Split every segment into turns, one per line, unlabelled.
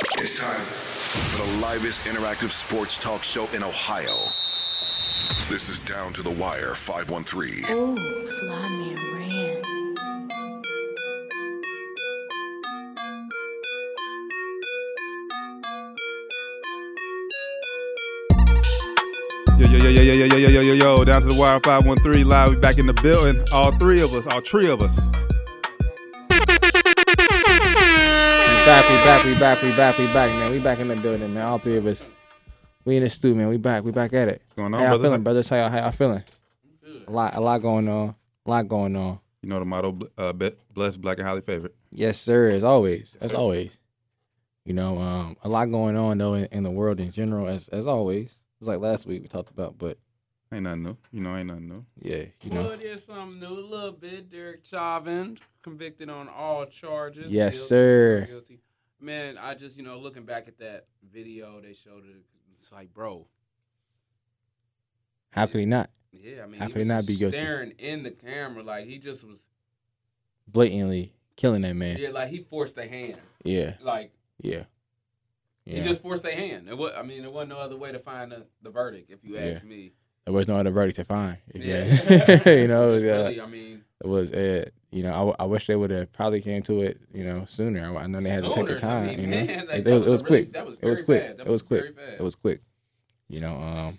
It's time for the livest interactive sports talk show in Ohio. This is Down to the Wire 513.
Oh, fly me ran.
Yo, yo, yo, yo, yo, yo, yo, yo, yo, yo, down to the wire 513 live. We back in the building. All three of us, all three of us.
We back, we back, we back, we back, we back, man. We back in the building, man. All three of us. We in the studio, man. We back, we back at it. What's
going on,
how y'all
brother?
feeling, brothers? How y'all, how y'all feeling? A lot, a lot going on. A lot going on.
You know the motto, bl- uh, be- blessed, black, and highly favored.
Yes, sir. As always, as always. You know, um, a lot going on though in, in the world in general, as as always. It's like last week we talked about, but
Ain't nothing new. You know, ain't nothing new.
yeah, you
Well,
know.
it is something new, a little bit. Derek Chauvin convicted on all charges.
Yes,
guilty,
sir.
Guilty. Man, I just you know looking back at that video they showed it, it's like, bro,
How could he not
yeah. I mean,
How
he
could
was
he not
just
be guilty?
staring in the camera like he just was.
blatantly killing that man?
Yeah, like he forced a hand.
Yeah,
Like
yeah. Yeah.
he just forced a hand. It was, I mean, there wasn't no other way to find the, the verdict if you ask me.
there was no other verdict to find.
Yeah,
Yeah, you know. it was,
It's
uh,
really, I mean,
it was it. You know, I w- I, wish they would have probably came to it. You know, sooner. I I know they had to take
Sooner,
the
I
time.
mean,
you know,
man, like,
it,
that
was,
was
it
a
was
really-
quick.
that was
it was
very
quick.
fast. That
It was
was
quick.
very
It was quick. You know, um,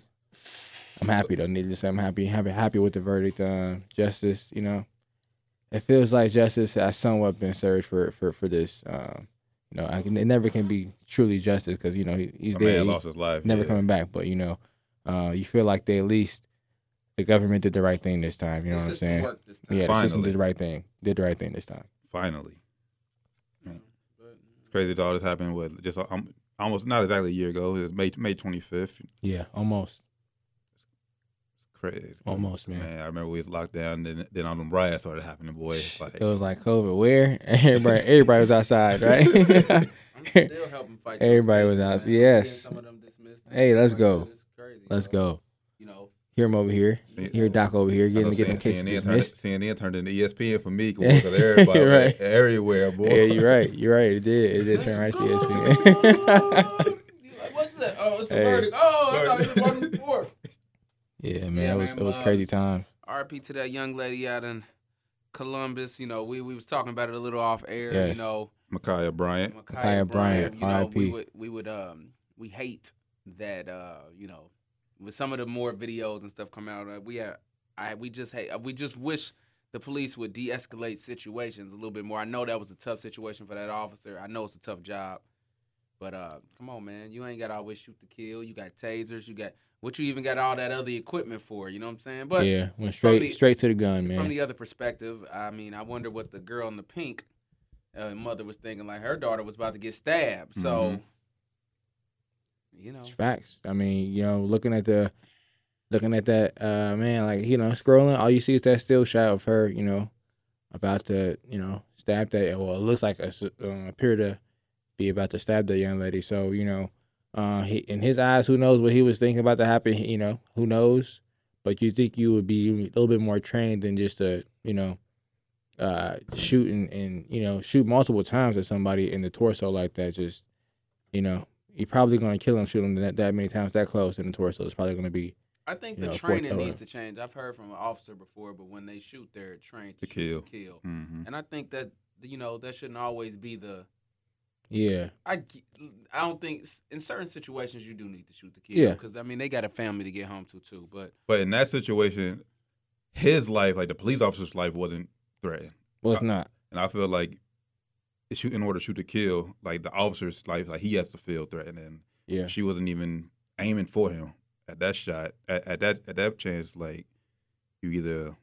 I'm happy though. Needless, to say, I'm happy, happy, happy with the verdict. Um, justice. You know, it feels like justice has somewhat been served for for for this. Um, you know, I can, it never can be truly justice because you know he, he's
A
dead.
man
He-
lost his life.
never
yeah.
coming back. But you know, uh, you feel like they at least the government did the right thing this time. You know
the
what I'm
system
saying?
worked this time.
Yeah, the system
Finally.
did the right thing. Did the right thing this time.
Finally,
Mm. But, mm.
it's crazy that all this happened. What? Just um, almost not exactly a year ago. It was May May 25th.
Yeah, almost,
It's crazy.
almost, man.
Man, I remember we was locked down. Then then all them riots started happening. Boy, It's like
It was like COVID. Where everybody, everybody was outside, right?
I'm still helping fight. those
Everybody was
cases,
out-
man. I'm seeing
yes.
some of them dismissed and
Hey,
stuff
let's
like that.
go.
It's crazy,
Let's
bro.
go.
You know,
Hear him over here.
See-
Hear Doc over here.
I
Getting
know
getting
CNN
them cases
turned,
dismissed.
CNN turned into E ESPN for me because everybody was
Right.
everywhere, boy.
Yeah, you're right. You're right. It did. It did turn right to E ESPN.
You're like, What's that? Oh, it's the
Hey.
verdict. Oh, I thought
Verdict.
it was one before.
yeah, man.
Yeah,
it was
man,
it was
uh,
crazy time.
RP to that young lady out in Columbus. You know, we, we was talking about it a little off air. You
Yes.
know,
Micaiah Bryant.
Micaiah
Micaiah Bryant,
Bryant. You know,
RIP.
we would we would um we hate that uh you know with some of the more videos and stuff come out. Uh, we uh, I we just hate uh, we just wish the police would de-escalate situations a little bit more. I know that was a tough situation for that officer. I know it's a tough job, but uh come on man, you ain't got always shoot to kill. You got tasers. You got what you even got all that other equipment for. You know what I'm saying? But
yeah, went straight
the-
straight to the gun, man.
from the other perspective, I mean, I wonder what the girl in the pink uh, mother was thinking. Like her daughter was about to get stabbed, so you know,
It's facts. I mean, you know, looking at the looking at that uh man, like, you know, scrolling, all you see is that still shot of her, you know, about to, you know, stab that well, it looks like a s- um, appear to be about to stab the young lady. So, you know, uh he in his eyes, who knows what he was thinking about to happen, you know, who knows? But you think you would be a little bit more trained than just to, you know, uh shoot and, and you know, shoot multiple times at somebody in the torso like that, just you know, you're probably going to kill him, shoot him that, that many times, that close in the torso. It's probably going to be
I think
you
the
know, fourth
training
element.
needs to change. I've heard from an officer before, but when they shoot, they're trained to,
To
shoot to kill,
Mm-hmm.
and I think that you know that shouldn't always be the.
yeah,
I, g- I don't think in certain situations you do need to shoot to kill
Yeah.
because I mean they got a family to get home to too. But
But in that situation, his life, like the police officer's life, wasn't threatened.
well, it's
Uh,
not.
And I feel like to shoot in order to shoot to kill, like the officer's life, like he has to feel threatened. And
Yeah,
she wasn't even aiming for him at that shot. At, at that at that chance, like you either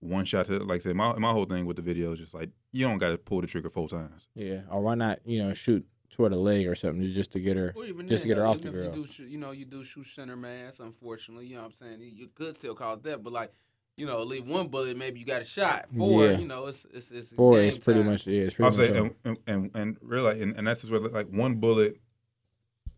one shot to like I said my my whole thing with the video is just like you don't got to pull the trigger four times.
yeah. Or why not, you know, shoot toward a leg or something just to get her.
Or even
Just to
then,
get her
though,
off
even
the
if
grill.
You, do shoot, you know, you do shoot center mass, unfortunately. You know what I'm saying? You- You could still cause death, but like, you know, leave one bullet, maybe you got a shot. Four,
Yeah.
you know, it's it's it's
Or
game
it's pretty
time.
much, yeah, it's
I'm
pretty much.
saying,
over.
and, and and and really, and, and that's just where like one bullet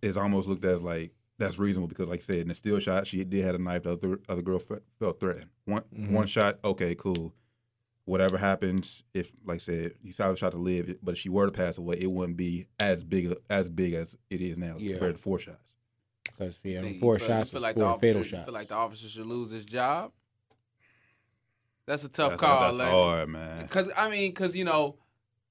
is almost looked at as like that's reasonable because, like I said, in the steel shot, she did had a knife. The other other girl fe- felt threatened. One
Mhm.
one shot, okay, cool. whatever happens, if like I said, you saw shot to live, but if she were to pass away, it wouldn't be as big as big as it is now
Yeah.
compared to four shots.
because yeah,
See, you
four
feel- you
shots
feel
was
like the
four
officer-
fatal
you
shots.
feel like the officer should lose his job? That's a tough
that's,
call,
That's
Larry.
hard, man.
Because I mean, because you know,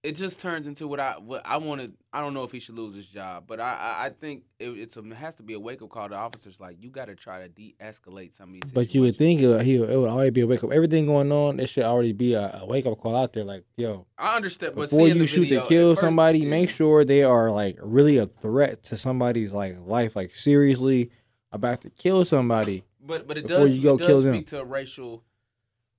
it just turns into what I what I wanted. I don't know if he should lose his job, but I I, I think it, it's a, it has to be a wake up call to officers. Like you got to try to de-escalate some of these. Situations.
But you would think it would, he would, it would already be a wake up. Everything going on, there should already be a, a wake up call out there. Like, yo,
I understand. but
before
seeing
you
the
shoot
video
to
at
kill
first-
somebody,
yeah.
make sure they are like really a threat to somebody's like life, like seriously about to kill somebody.
But but it
before
does
you go
it does
kill them.
speak to racial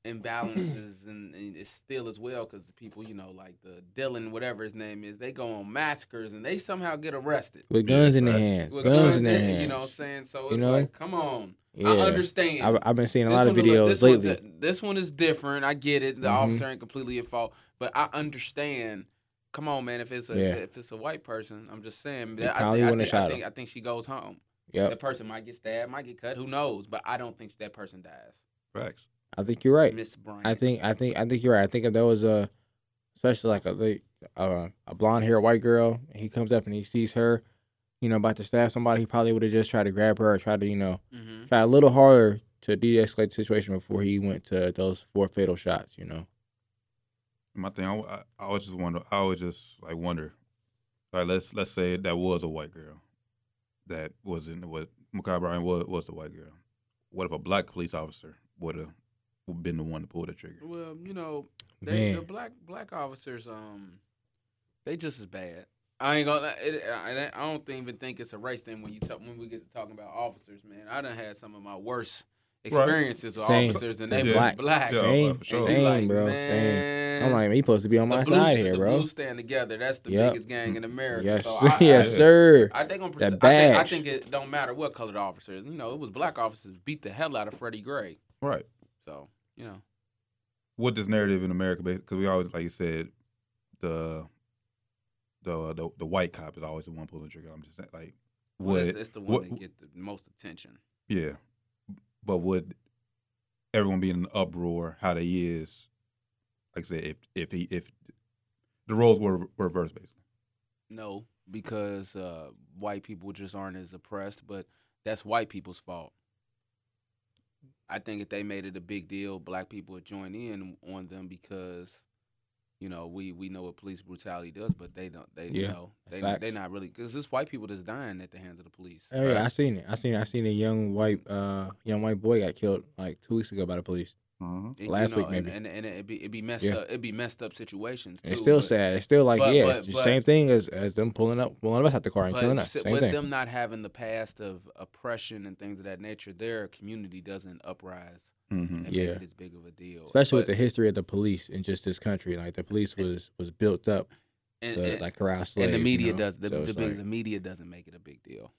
imbalances and, and it's still as well because the people you know like the Dylan whatever his name is they go on massacres and they somehow get arrested.
with guns in their
right.
hands,
With
guns, in their hands.
You know what I'm saying? So
You
it's
know?
like come on. I
Yeah.
understand.
I've, I've been seeing a
This
lot of
one look-
videos
this one-
lately.
th- this one is different. I get it. The
Mhm.
officer ain't completely at fault, but I understand. Come on, man. If it's a
Yeah.
if it's a white person, I'm just saying.
They
that I
probably
think- I
wouldn't
think,
have
I
shot
think, I think she goes home.
yep.
The person might get stabbed, might get cut. Who knows? But I don't think that person dies.
Facts.
I think you're right.
Miss Bryant.
I think I think I think you're right. I think if there was a, especially like a like, uh, a blonde haired white girl, and he comes up and he sees her, you know, about to stab somebody, he probably would have just tried to grab her or tried to you know
hmm
try a little harder to de-escalate the situation before he went to those four fatal shots. You know,
My thing, I, I, I always just wonder. I always just like wonder. Like let's let's say that was a white girl, that wasn't what Makai Bryant was was the white girl. What if a black police officer would have been the one to pull the trigger?
Well, you know, they,
man,
the black black officers, um, they just as bad. I ain't gonna. It, I, I don't think, even think it's a race thing when you talk when we get to talking about officers, man. I done had some of my worst experiences with
Same.
officers, and they
Yeah.
was black.
Yeah,
same,
for
And
sure.
you
same,
like,
bro, same.
man,
I'm like, man, you supposed to be on
the
my
blue,
side
st-
here,
the
bro.
blue stand together. That's the
Yep.
biggest gang in America.
Yes,
so I,
yes,
I,
sir.
I think I'm.
That
I think, I
badge.
think it don't matter what color the officer is. You know, it was black officers beat the hell out of Freddie Gray.
Right.
So you know,
What this narrative in America because we always like you said, the the the, the white cop is always the one pulling the trigger. I'm just saying, like
well,
what
it's, it's the one
what-
that get the most attention.
Yeah, but would everyone be in an uproar? How they is? Like I said, if if he if the roles were were reversed, basically.
No, because uh, white people just aren't as oppressed, but that's white people's fault. I think if they made it a big deal, black people would join in on them because, you know, we, we know what police brutality does, but they don't. They you
Yeah,
know they
that's facts.
they not really because it's white people that's dying at the hands of the police.
Oh yeah, I seen it. I seen. I seen a young white, uh, young white boy got killed like two weeks ago by the police.
Mm-hmm.
And,
last
you know,
week maybe.
and, and, and it'd be it'd be messed
Yeah.
up. It'd be messed up situations. Too,
It's still
but-
sad. It's still like
but-
yeah,
but-
it's the
but-
same thing as as them pulling up, pulling us out the car and
But
killing us.
si-
Same
with
thing.
them not having the past of oppression and things of that nature, their community doesn't uprise
Mm-hmm.
and
Yeah.
make it as big of a deal.
Especially
But-
with the history of the police in just this country, like the police was was built up
and,
to
and-
like corral
and
slaves.
the
you
media
know?
does the,
So
the,
it's
big-
like-
the media doesn't make it a big deal,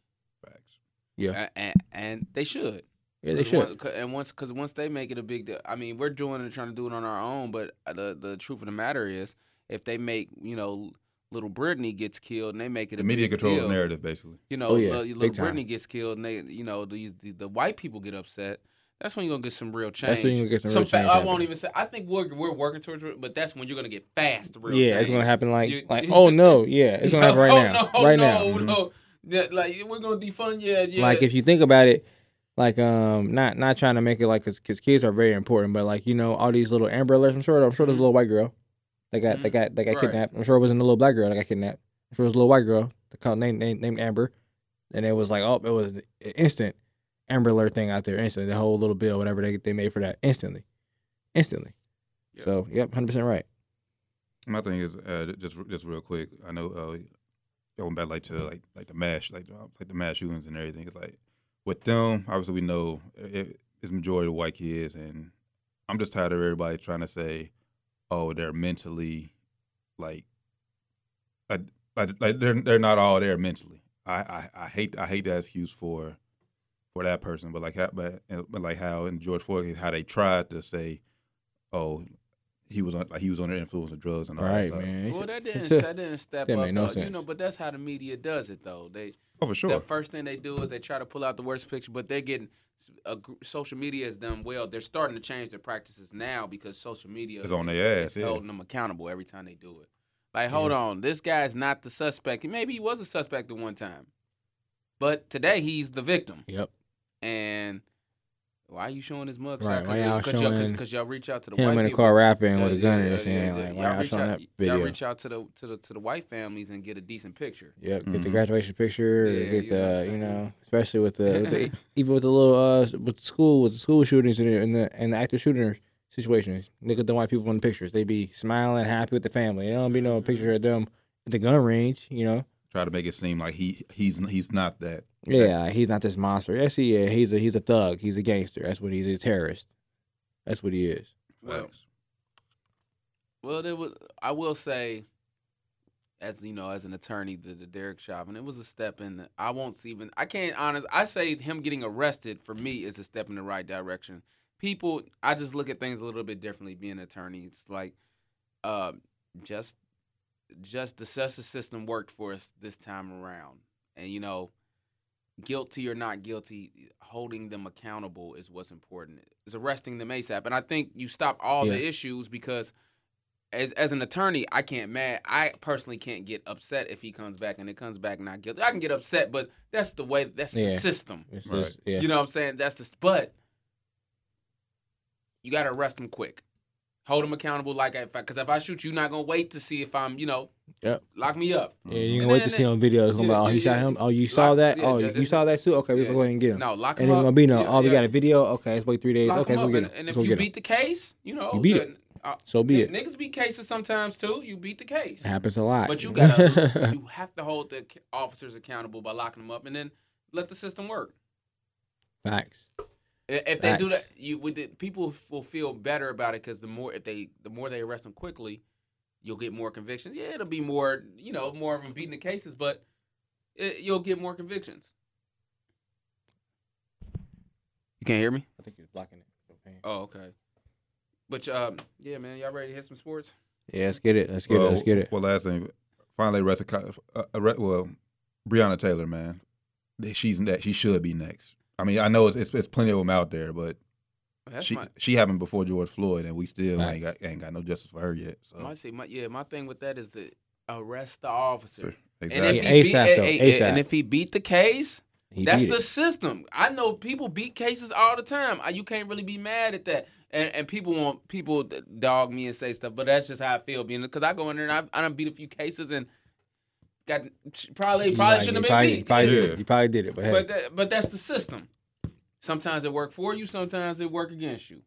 Facts.
yeah,
A- and, and they should.
yeah, they
'Cause
should.
one- 'cause- and once because once they make it a big deal, I mean, we're doing and trying to do it on our own. But uh, the the truth of the matter is, if they make you know little Brittany gets killed and they make it
The
a
media
big
controls
deal,
the narrative, basically.
You know,
Oh, yeah.
uh,
Big
little
time.
Brittany gets killed, and they, you know, the, the the white people get upset. That's when you're gonna get some real change.
That's when you're gonna get some real
fa- oh,
change
I
happening.
won't even say. I think we're we're working towards it, but that's when you're gonna get fast real.
yeah,
change.
it's gonna happen like
You-
like oh no, yeah, it's gonna happen right
No,
now,
no,
right
no,
now. mm-hmm.
no. Yeah, like we're gonna defund. Yeah, yeah.
Like if you think about it, like um, not not trying to make it like because kids are very important, but like you know all these little Amber Alerts. I'm sure I'm sure there's a little white girl that got that got that got
Mm-hmm. Right.
kidnapped. I'm sure it wasn't a little black girl that got kidnapped. I'm sure it was a little white girl that called named named, named Amber, and it was like oh it was an instant Amber Alert thing out there instantly. The whole little bill whatever they they made for that instantly, instantly.
Yeah.
So yep, hundred percent right.
My thing is uh, just just real quick. I know uh, going back like to like like the mass like uh, like the mass shootings and everything. It's like with them, obviously we know it, it's majority of white kids, and I'm just tired of everybody trying to say, oh, they're mentally like like like, like they're they're not all there mentally. I, I, I hate I hate that excuse for for that person, but like how, but, but like how in George Floyd case, how they tried to say, oh. He was on, like he was under influence of drugs and all
Right,
that stuff.
man.
well, that didn't that didn't step
That
up.
made no
though, You know,
sense.
but that's how the media does it though. They
Oh, for sure.
The first thing they do is they try to pull out the worst picture, but they're getting a, gr- social media has done well. They're starting to change their practices now because social media
It's on their ass,
is
yeah.
holding them accountable every time they do it. Like, hold on, this guy's not the suspect. Maybe he was a suspect at one time, but today he's the victim.
Yep.
And why are you showing his mugshot?
Right, why y'all
Because y'all,
showing
you y'all reach out to the
Him in
white
a
people.
car rapping with a
Yeah,
gun
yeah,
in his
yeah,
hand.
yeah.
Like,
Y'all
why y'all
reach
showing
out-
that
Y'all
video?
reach out to the to the to the white families and get a decent picture.
Yep, get the
Mhm.
graduation picture,
Mm-hmm. Yeah,
get
you know what
the
I'm
you
saying?
know, especially with the, with the even with the little uh with school with the school shootings and the and the, and the active shooter situations. Look at the white people in the pictures; they be smiling, happy with the family. There don't be no picture of them at the gun range, you know.
Try to make it seem like he he's he's not that.
Yeah, like, he's not this monster. Yes, he is. He's a he's a thug. He's a gangster. That's what he's a terrorist. That's what he is.
Well,
Facts.
Well, there was. I will say, as you know, as an attorney, the, the Derek Chauvin, it was a step in. The, I won't see even. I can't honest. I say him getting arrested for me is a step in the right direction. People, I just look at things a little bit differently. Being an attorney, it's like, uh, just, just the justice system worked for us this time around, and you know, guilty or not guilty, holding them accountable is what's important. Is arresting them ASAP, and I think you stop all
Yeah.
the issues because as as an attorney, I can't mad. I personally can't get upset if he comes back and it comes back not guilty. I can get upset, but that's the way. That's the
Yeah.
system.
It's
Right.
just- yeah.
You know what I'm saying? That's the but you got to arrest him quick. Hold him accountable, like if because if I shoot you, you're not gonna wait to see if I'm you know
Yep.
lock me up.
yeah, you can
And
wait
then
to
it-
see on video. It's gonna be
Mm-hmm. yeah,
like, oh, he
yeah,
shot
yeah.
him. Oh, you saw
Lock-
that.
yeah,
oh,
ju-
you
just-
saw that too. Okay, let's
yeah.
go ahead and get him.
No, lock him
And it's
up.
gonna be no.
Yeah,
oh, we
yeah.
got a video. Okay, it's like three days.
Lock
okay,
him
let's
up,
go get
and,
him.
and
Let's
if
go
you
get him.
beat the case, you know
You beat
good. Uh,
So be
n-
it.
Niggas beat cases sometimes too. You beat the case.
It happens a lot.
But you gotta you have to hold the ca- officers accountable by locking them up, and then let the system work.
facts.
I- If they do that,
Facts.
you with the, people will feel better about it because the more if they the more they arrest them quickly, you'll get more convictions. Yeah, it'll be more you know more of them beating the cases, but it, you'll get more convictions. You can't hear me.
I think you're blocking it.
Oh, okay. But um, yeah, man, y'all ready to hit some sports?
Yeah, let's get it. Let's get it. Let's get it.
Well, last thing, finally arrested. Co- Uh, arre- well, Breonna Taylor, man, That- she's next. She should be next. I mean, I know it's it's, it's plenty of them out there, but
That's
she
my
she happened before George Floyd, and we still
Right.
ain't got ain't got no justice for her yet. So
my see my yeah my thing with that is to arrest the officer.
exactly.
And if,
Yeah,
he beat,
ASAP
eh,
though,
eh, eh,
ASAP.
and if he beat the case,
He
that's
beat
the
it.
system. I know people beat cases all the time. Uh, You can't really be mad at that. And, and people want people d- dog me and say stuff, but that's just how I feel being because I go in there and I, I done beat a few cases and got probably
You
probably shouldn't have
probably,
been
you
beat.
probably
Yeah.
did it. You probably did it. But hey,
But that, but that's the system. Sometimes it work for you. Sometimes it work against you.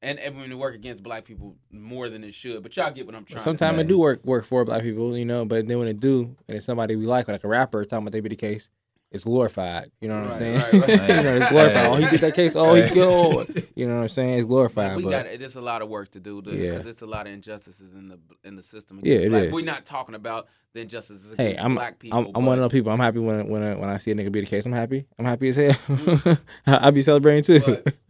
And and when it work against black people more than it should, but y'all get what I'm trying. to
sometimes
say.
it do work work for black people, you know. But then when it do, and it's somebody we like, like a rapper, talking about they be the case, it's glorified. You know what I'm
Right,
saying?
right, right.
you know, it's glorified. Oh, he beat that case. Oh, he
Hey.
killed. You know what I'm saying? It's glorified.
we
but
got it's a lot of work to do because
Yeah.
it's a lot of injustices in the in the system.
Yeah,
against
it
black.
is.
We're not talking about the injustices against
Hey, I'm
black people.
I'm, I'm one of
but-
those people. I'm happy when when I, when I see a nigga be the case. I'm happy. I'm happy as hell. I, I be celebrating too.
Mm.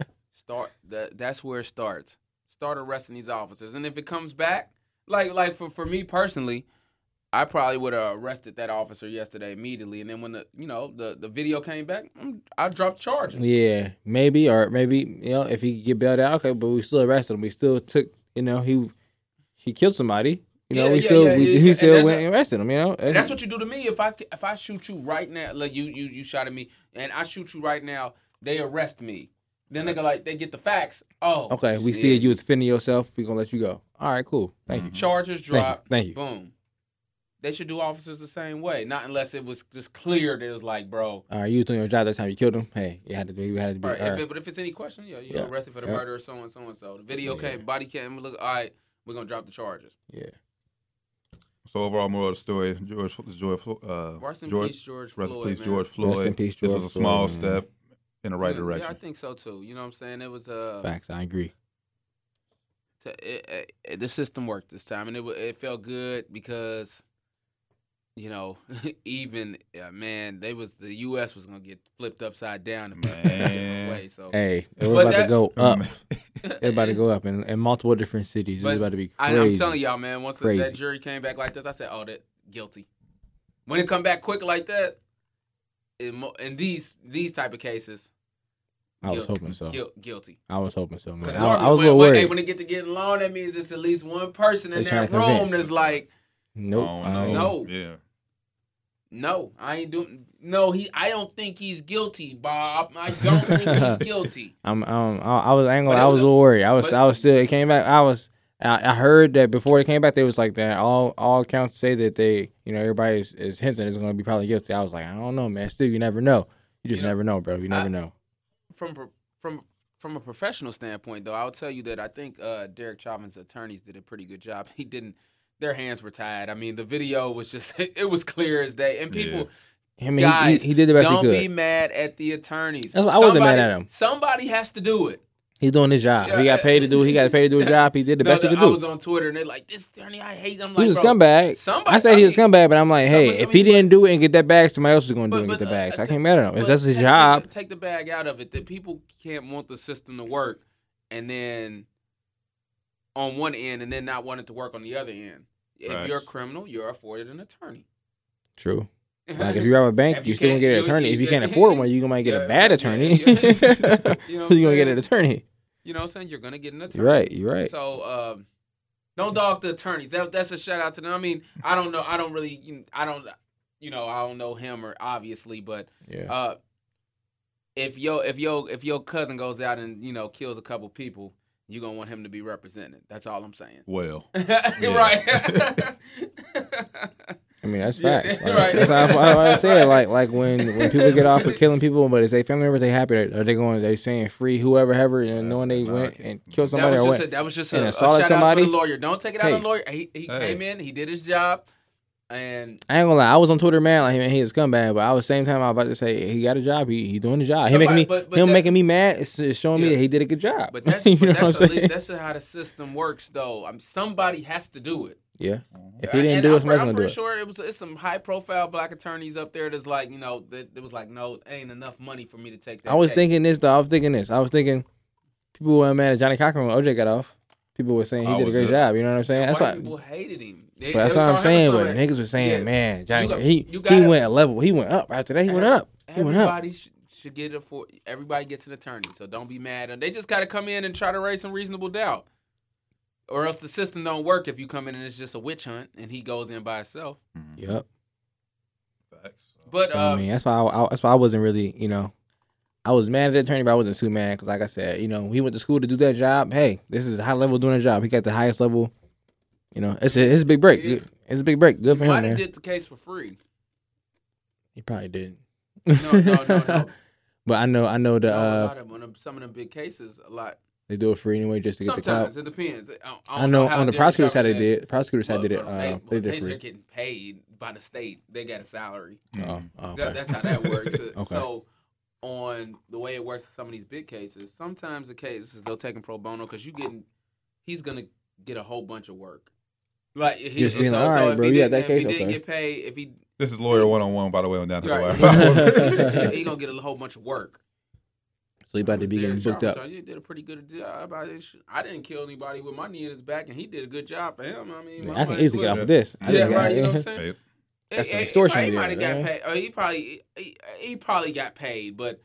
But start that that's where it starts. Start arresting these officers. And if it comes back, like like for, for me personally, I probably would have arrested that officer yesterday immediately. And then when the you know the, the video came back, mm, I dropped charges.
Yeah, maybe or maybe you know if he could get bailed out, okay. But we still arrested him. We still took you know he he killed somebody. You know
Yeah,
we
yeah,
still
yeah,
we,
yeah,
he
yeah.
still
And
went
that's-
and arrested him. You know
And that's what you do to me if I if I shoot you right now, like you you you shot at me, and I shoot you right now, they arrest me. Then they go like they get the facts. Oh,
okay. We
shit.
see you was defending yourself. We gonna let you go. All right, cool.
Mm.
Thank you.
Charges
you.
dropped.
Thank you.
Boom. They should do officers the same way, not unless it was just clear that it was like, bro,
All right, you was doing your job that time. You killed him. Hey, you had to be. You had to be.
Right.
all
If
right.
it, but if it's any question, yeah, you're
Yeah.
arrested for the
Yeah.
murder of so and so and so. The video
Yeah.
came, body cam. Look, all right, we're gonna drop the charges.
yeah.
so overall, moral of the story: George, George, uh,
Rest in
George,
peace, George
rest
Floyd.
in peace,
man.
George Floyd.
Rest in peace,
this
George
was a small
Floyd, man.
step in the right
yeah,
direction.
Yeah, I think so too. You know what I'm saying? It was uh,
Facts. I agree.
t- it, it, it- the system worked this time, and it wa- it felt good because. You know, even uh, man, they was the U.S. was gonna get flipped upside down in a different
Man.
way. So
Hey, it was
But
about to
that-
go up.
everybody
It's about to go up in, in multiple different cities.
But
it's about to be
I,
crazy.
I'm telling y'all, man. Once that-
Crazy.
that jury came back like this, I said, "Oh, that guilty." When it come back quick like that, in, mo- in these these type of cases,
I was
guilty.
hoping so.
guil- guilty.
I was hoping so. Man.
'Cause
I, I
normally
was a
when,
little
when- hey,
worried.
when it get to getting long, that means it's at least one person in
They
that
tryna
room
convince.
that's like,
nope.
Oh,
I ain't-
No.
Yeah.
no, I ain't doing. No, he. I don't think he's guilty, Bob. I don't think he's guilty.
I'm, I'm, I I was angry.
But it
I was
was
a
a-
little worried. I was,
but-
I was still. It came back. I was. I, I heard that before it came back, they was like that. All, all accounts say that they, you know, everybody is, is hinting is going to be probably guilty. I was like, I don't know, man. Still, you never know. You just
You know,
never know, bro. You never
I-
know.
From pro- from from a professional standpoint, though, I'll tell you that I think uh, Derek Chauvin's attorneys did a pretty good job. He didn't. Their hands were tied. I mean, the video was just. It was clear as day, and people.
Yeah.
I mean, he-
Guys,
he, he did the best he
Don't
could.
be mad at the attorneys.
That's what- I wasn't mad
Somebody-
at him.
Somebody has to do it.
He's doing his job. he
Yeah,
got paid to do. it. He got paid to do his job. He did the
No,
best he
no,
could
I
do.
was on Twitter and they're like, "This attorney, I hate." I'm like,
he was a
"Bro,
scumbag.
Somebody,
I said he was a
mean,
scumbag, but I'm like, hey,
somebody- I
if he
mean,
didn't do it and get that bag, somebody else is going to
but-
do it and get
but,
the
uh,
bags. I
t-
can't mad at him.
but
It's- That's his
take-
job.
Take, take the bag out of it. That people can't want the system to work, and then on one end, and then not want it to work on the other end. If
Right.
you're a criminal, you're afforded an attorney.
True. Like if you rob a bank,
If
you,
you
still gonna
can't
get an
do it,
attorney.
you
if you
get-
can't afford one, you might get
Yeah,
a bad
yeah,
attorney.
yeah. You know what I'm
Who's gonna get
saying?
an attorney?
You know what I'm saying? You're gonna get an attorney.
You're right. You're right.
So um, don't dog the attorneys. That, that's a shout out to them. I mean, I don't know. I don't really. you- I don't. You know, I don't know him or obviously, but
Yeah.
uh, if yo if yo if your cousin goes out and you know kills a couple people, you gonna want him to be represented. That's all I'm saying.
Well.
right.
I mean, that's
yeah,
facts.
you're
Like,
right.
That's how I, how I say it.
Right.
Like, like when when people get off of killing people, but is they family members, they happy? Are they going? They saying free whoever, ever, and knowing they
Nah, I
went
can't.
and killed
that
somebody
was
or
just
what?
a, that was just
And
a, a
assaulted
shout out
somebody?
to the lawyer. Don't take it out on
Hey.
the lawyer. He, he
Hey.
came in. He did his job, and
I ain't gonna lie, I was on Twitter, man. Like, man, he is comeback, but I was same time I was about to say he got a job. He he doing the job. He making
Somebody-
me
but- but
him
that-
making me mad. It's, it's showing
Yeah.
me that he did a good job.
But that's
you
but
know
that's
what I'm
at
saying?
least, that's how the system works, though. Um, somebody has to do it.
yeah. If he
And
didn't do
I'm
it,
pre-
somebody's
I'm
gonna do
pretty
it.
sure it was it's some high profile black attorneys up there that's like you know that, that was like no ain't enough money for me to take that.
I was
case.
thinking this though. I was thinking this. I was thinking people were mad at Johnny Cochran when OJ got off. People were saying he
I
did a
was
great
up.
job. You know what I'm saying?
And
That's
white
why.
people hated him. They-
But that's
they
what I'm
was
saying.
talking
But
about
niggas were saying,
Yeah.
man, Johnny,
got-
he he
you gotta-
went a level. He went up after that. He went up. He went up.
Everybody sh- should get it for everybody gets an attorney, so don't be mad. And They just got to come in and try to raise some reasonable doubt, or else the system don't work. If you come in and it's just a witch hunt and he goes in by himself,
Yep.
mm, Facts.
but
So,
uh,
I mean, that's why I, I- that's why I wasn't really, you know, I was mad at the attorney, but I wasn't too mad because, like I said, you know, he went to school to do that job. Hey, this is high level doing a job. He got the highest level. You know, it's a it's a big break.
Yeah.
It's a big break. Good for him,
might
man.
have did the case for free.
he probably didn't.
No, no, no,
uh,
no.
but I know, I know the
No, a
uh,
lot of when I'm- some of them big cases, a lot.
they do it free anyway just to get the clout.
Sometimes it depends. I, don't- I
I,
don't
know
how
on the
Derek
prosecutor's side
Chauvin
they did. Prosecutor's side
Well,
did it.
well,
Uh,
they,
they,
well,
did
they-
it
they're
free.
getting paid by the state. They got a salary.
Mm-hmm.
Oh, oh, okay.
That, that's how that works.
Okay.
So, on the way it works for some of these big cases, sometimes the cases they'll take him pro bono because you getting he's gonna get a whole bunch of work. Like he,
Just being
so,
like,
so
"All right,
if
bro,
he
you got
didn't,
that
if
case?
he didn't
Okay."
get paid, if he
This is lawyer one on one, by the way, on down to the
right,
Wire.
he, he gonna get a whole bunch of work.
so he about to be getting
Derek
booked
Chauvin,
up.
So he did a pretty good job. I didn't, sh- I didn't kill anybody with my knee in his back, and he did a good job for him. I mean,
Man,
my
I can
money's
easily
with
get off
him.
of this. I
Yeah,
just got-
right. You know what I'm saying?
Hey,
That's
He-
an
he-
extortion
He
deal,
might have got
man.
paid. Or he probably he, he probably got paid, but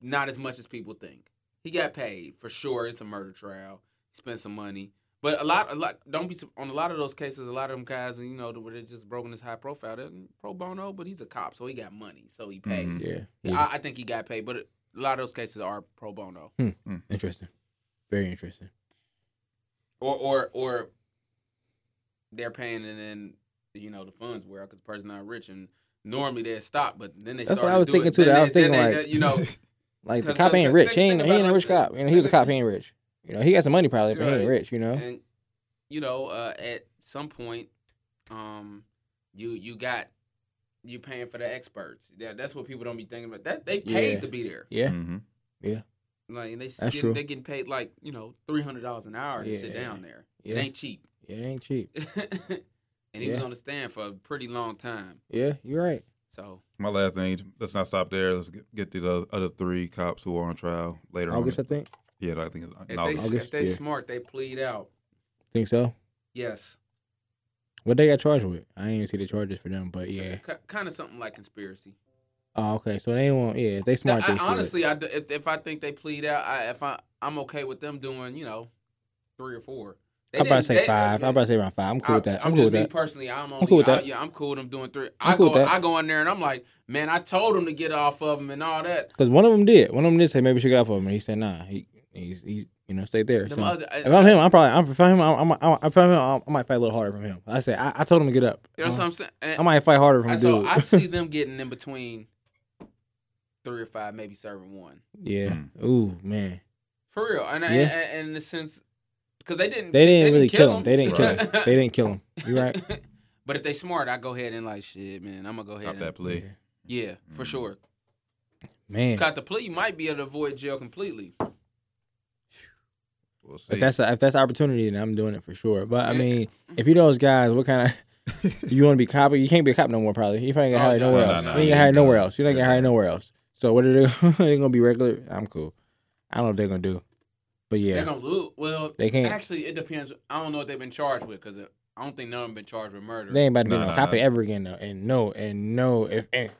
not as much as people think. He got paid for sure. It's a murder trial. He spent some money, but a lot, a lot. Don't be sur- on a lot of those cases. A lot of them guys, you know, where they're just broken his high profile. They're pro bono, but he's a cop, so he got money, so he paid.
Mhm.
Yeah. Mm-hmm. yeah.
I, I think he got paid, but a lot of those cases are pro bono,
Interesting. Very interesting.
or or or they're paying and then you know the funds where because the person's not rich and. Normally they stop, but then they
That's what
start
I was
to do
thinking,
it.
too,
Then
that I was
they- then
thinking,
they-
like-
you know,
Like the
Because-
cop ain't
because
rich.
think-
He ain't,
think
he ain't
about
a
it
rich
like
cop. You know, he was a
this.
cop. He ain't rich. You know, he got some money probably, but he ain't
Right.
rich. You know,
and you know uh, at some point um you you got you paying for the experts that, that's what people don't be thinking about that they paid
Yeah.
to be there
yeah.
Mhm.
like and they just
That's
getting,
true.
they getting paid like you know $300 an hour to sit
Yeah.
down there
Yeah.
it ain't cheap
yeah, it ain't cheap.
and he was
Yeah.
on the stand for a pretty long time
Yeah, you're right.
so
My last thing. Let's not stop there. Let's get, get these other, other three cops who are on trial later
August, I
on.
think.
Yeah, I think it's
if
in
they,
August.
if
August,
they
yeah.
smart they plead out
Think so.
yes
What they got charged with? I ain't even see the charges for them, but yeah.
kind of something like conspiracy
Oh, okay. So they won't. Yeah, they smart.
I-
they should.
honestly, I d if, if I think they plead out, I, if I I'm okay with them doing you know three or four. They
I'm about to
didn't-
say
they-
five. I'm about to say around five. I'm cool with
I-
that. I'm
I'm
cool
just
with
me
that.
personally. I'm, only,
cool with
I-
that.
yeah, I'm cool with them doing three.
I'm
I
cool
go
with that.
I go in there and I'm like, man, I told them to get off of them and all that.
Because one of them did. One of them did say maybe she got off of him, and he said nah. He he's, he's you know stay there.
Them
So
other-
if I'm him, I'm probably I'm if I'm him, I'm, I'm, I'm if I'm him, I'm- I might fight a little harder from him. I say I, I told him to get up.
You know what
I,
I'm saying? And-
I might fight harder from
and
dude.
so I see them getting in between three or five, maybe serving one
yeah. Ooh man.
for real. And I-
Yeah.
and, and in the sense, because they didn't
They didn't really kill him. They didn't kill
Right.
him. They didn't kill him. You right?
but if they smart, I go ahead and like shit, man. I'm gonna go ahead.
Stop
And,
that play.
Yeah.
yeah, for
Mm.
sure.
Man.
Caught the plea, you might be able to avoid jail completely.
We'll see.
If that's if that's the opportunity, then I'm doing it for sure. But I
Yeah.
mean, if you those guys, what kind of you want to be cop? You can't be a cop no more. Probably you probably get
Oh,
hired
no,
nowhere
no,
else.
no,
you ain't get
no.
hired nowhere else. You're not get
Yeah.
hired nowhere else. So what are they? they gonna be regular? I'm cool. I don't know what they're gonna do, but
They're
yeah,
gonna lose. Well,
They can't-
Actually, it depends. I don't know what they've been charged with because I don't think none of them been charged with murder.
they ain't about to be
Nah,
no
nah,
cop
nah.
ever again though. And no, and no, if and,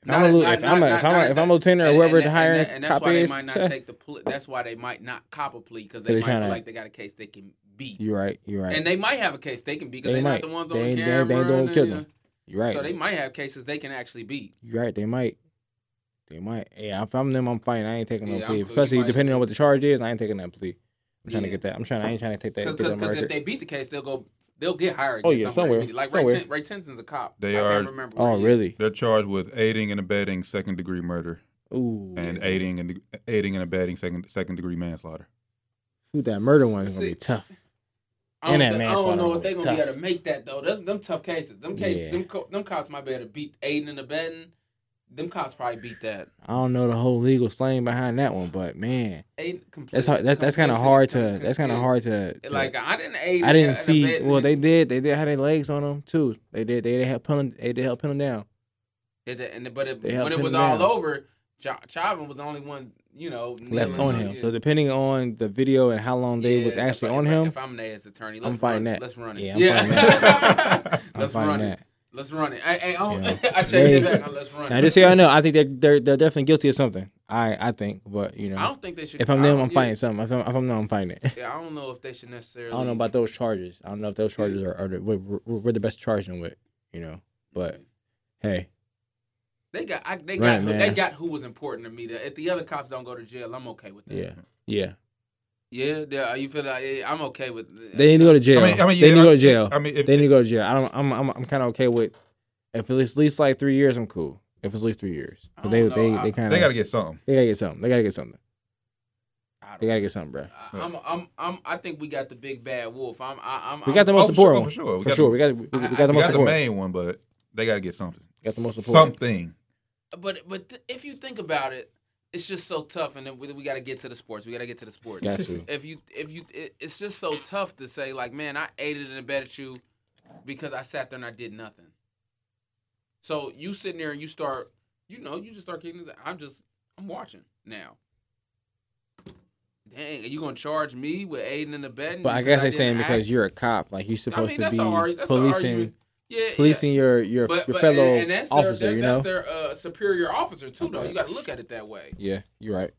if
Not-
I'm a,
not-
if I'm a,
not-
if I'm
not-
a, if I'm a lieutenant or
and-
whoever
and-
the hiring
and, and that's
cop
why they
is,
might not take the. Pl- that's why they might not cop a plea because they
They
might feel
tryna-
like they got a case they can beat.
you're right. You're right.
And they might have a case they can beat because
They
they are
might.
not the ones
They
on
ain't- they
camera.
ain't- they ain't the one
and-
killing
yeah.
'em. you're right.
So they might have cases they can actually beat.
You're right. They might. They might. Yeah, if I'm them, I'm fighting. I ain't taking no
Yeah, I'm
plea.
cool. You
Especially
might-
depending on what the charge is, I ain't taking that plea. I'm trying to
Yeah.
get that. I'm trying. I ain't trying to take that. Get
Because
that murder.
if they beat the case, they'll go. They'll get hired.
Oh,
again
yeah,
somewhere.
somewhere.
immediately. Like
Somewhere.
Ray, Ten- Ray Tenson's a cop.
They
I
are-
Can't remember where
oh,
he is.
really?
They're charged with aiding and abetting second degree murder
Ooh.
and aiding and aiding and abetting second second degree manslaughter.
Ooh, that murder one's gonna be
See-
tough.
I don't,
And that
thi- I
manslaughter
don't know
was
if they're gonna be
tough.
able to make that though. That's them tough cases. Them cases,
Yeah.
them, co- them cops might be able to beat Aiden and Abetting. Them cops probably beat that.
I don't know the whole legal slang behind that one, but man,
Aiden compl-
that's hard. That's that's kind of
complicit-
hard to.
complicit.
That's kind of hard to. to-
Like I didn't aid.
I didn't
and
see.
abet-
Well, they did. They did have their legs on them too. They did. They did help pull him. They did help pin him down.
did that, and the- but it,
they
when
helped
it
him
was all
down.
over, Ch- Chauvin was the only one you know
Left
kneeling
on him.
yeah.
So depending on the video and how long they
Yeah,
was
if I-
actually
if
on
I-
him,
If I'm Nay's attorney,
I'm
let's
fighting
run,
that.
Let's run it.
Yeah, I'm fighting that. I'm
let's
fighting
run
that.
it. Let's run it. Hey, hey, I don't-
Yeah.
I changed
They-
it back. now, Let's run
Now,
it.
just so y'all know, I think they're, they're they're definitely guilty of something. I I think, but you
I
know,
don't think they should.
if I'm
I
them,
don't-
I'm
yeah.
fighting something. If I'm, if I'm them, I'm fighting it.
Yeah, I don't know if they should necessarily.
I don't know about those charges. I don't know if those charges are, are the, we're, we're we're the best charging with, you know. But hey,
They got. I, they
Right,
got. Who, they
man.
got who was important to me. That if the other cops don't go to jail, I'm okay with that.
yeah, yeah,
Yeah. yeah you feel like yeah, I'm okay with.
they need to go to jail. they
yeah,
need to
I-
go to jail.
I mean, if,
they need to go to jail. I don't. I'm I'm I'm kind of okay with if it's at least like three years. I'm cool. If it's at least three years, but
I don't
they
know.
they
I-
they kind of
they got to get something.
they gotta get something. They gotta get something.
I don't
They
know.
gotta get something, bro.
I- I'm, I'm, I'm, I think we got the big bad wolf. I'm, I, I'm.
We got the
I'm,
most
Oh, for
important
sure,
one
for sure. We
For
got
sure,
the-
we got we, we
I-
got the
I-
We
most
got the
important.
main one, but they got to get something.
Got the most important.
Something.
But, but th- if you think about it, it's just so tough, and then we, we got to get to the sports. We got to get to the sports.
Got to.
If you, if you, it, it's just so tough to say like, man, I aided and abetted you because I sat there and I did nothing. So you sitting there and you start, you know, you just start getting. This, I'm just, I'm watching now. Dang, are you gonna charge me with aiding and abetting?
But I
because
guess they're
didn't
saying
act?
because you're a cop, like you're
I
supposed
mean, that's
to
a
be
argu- that's a
policing
argument. yeah, yeah.
policing your your,
But,
your
but
fellow
and, and that's
officer.
their, that,
you know,
that's their uh, superior officer too, though. You got to look at it that way.
yeah, you're right.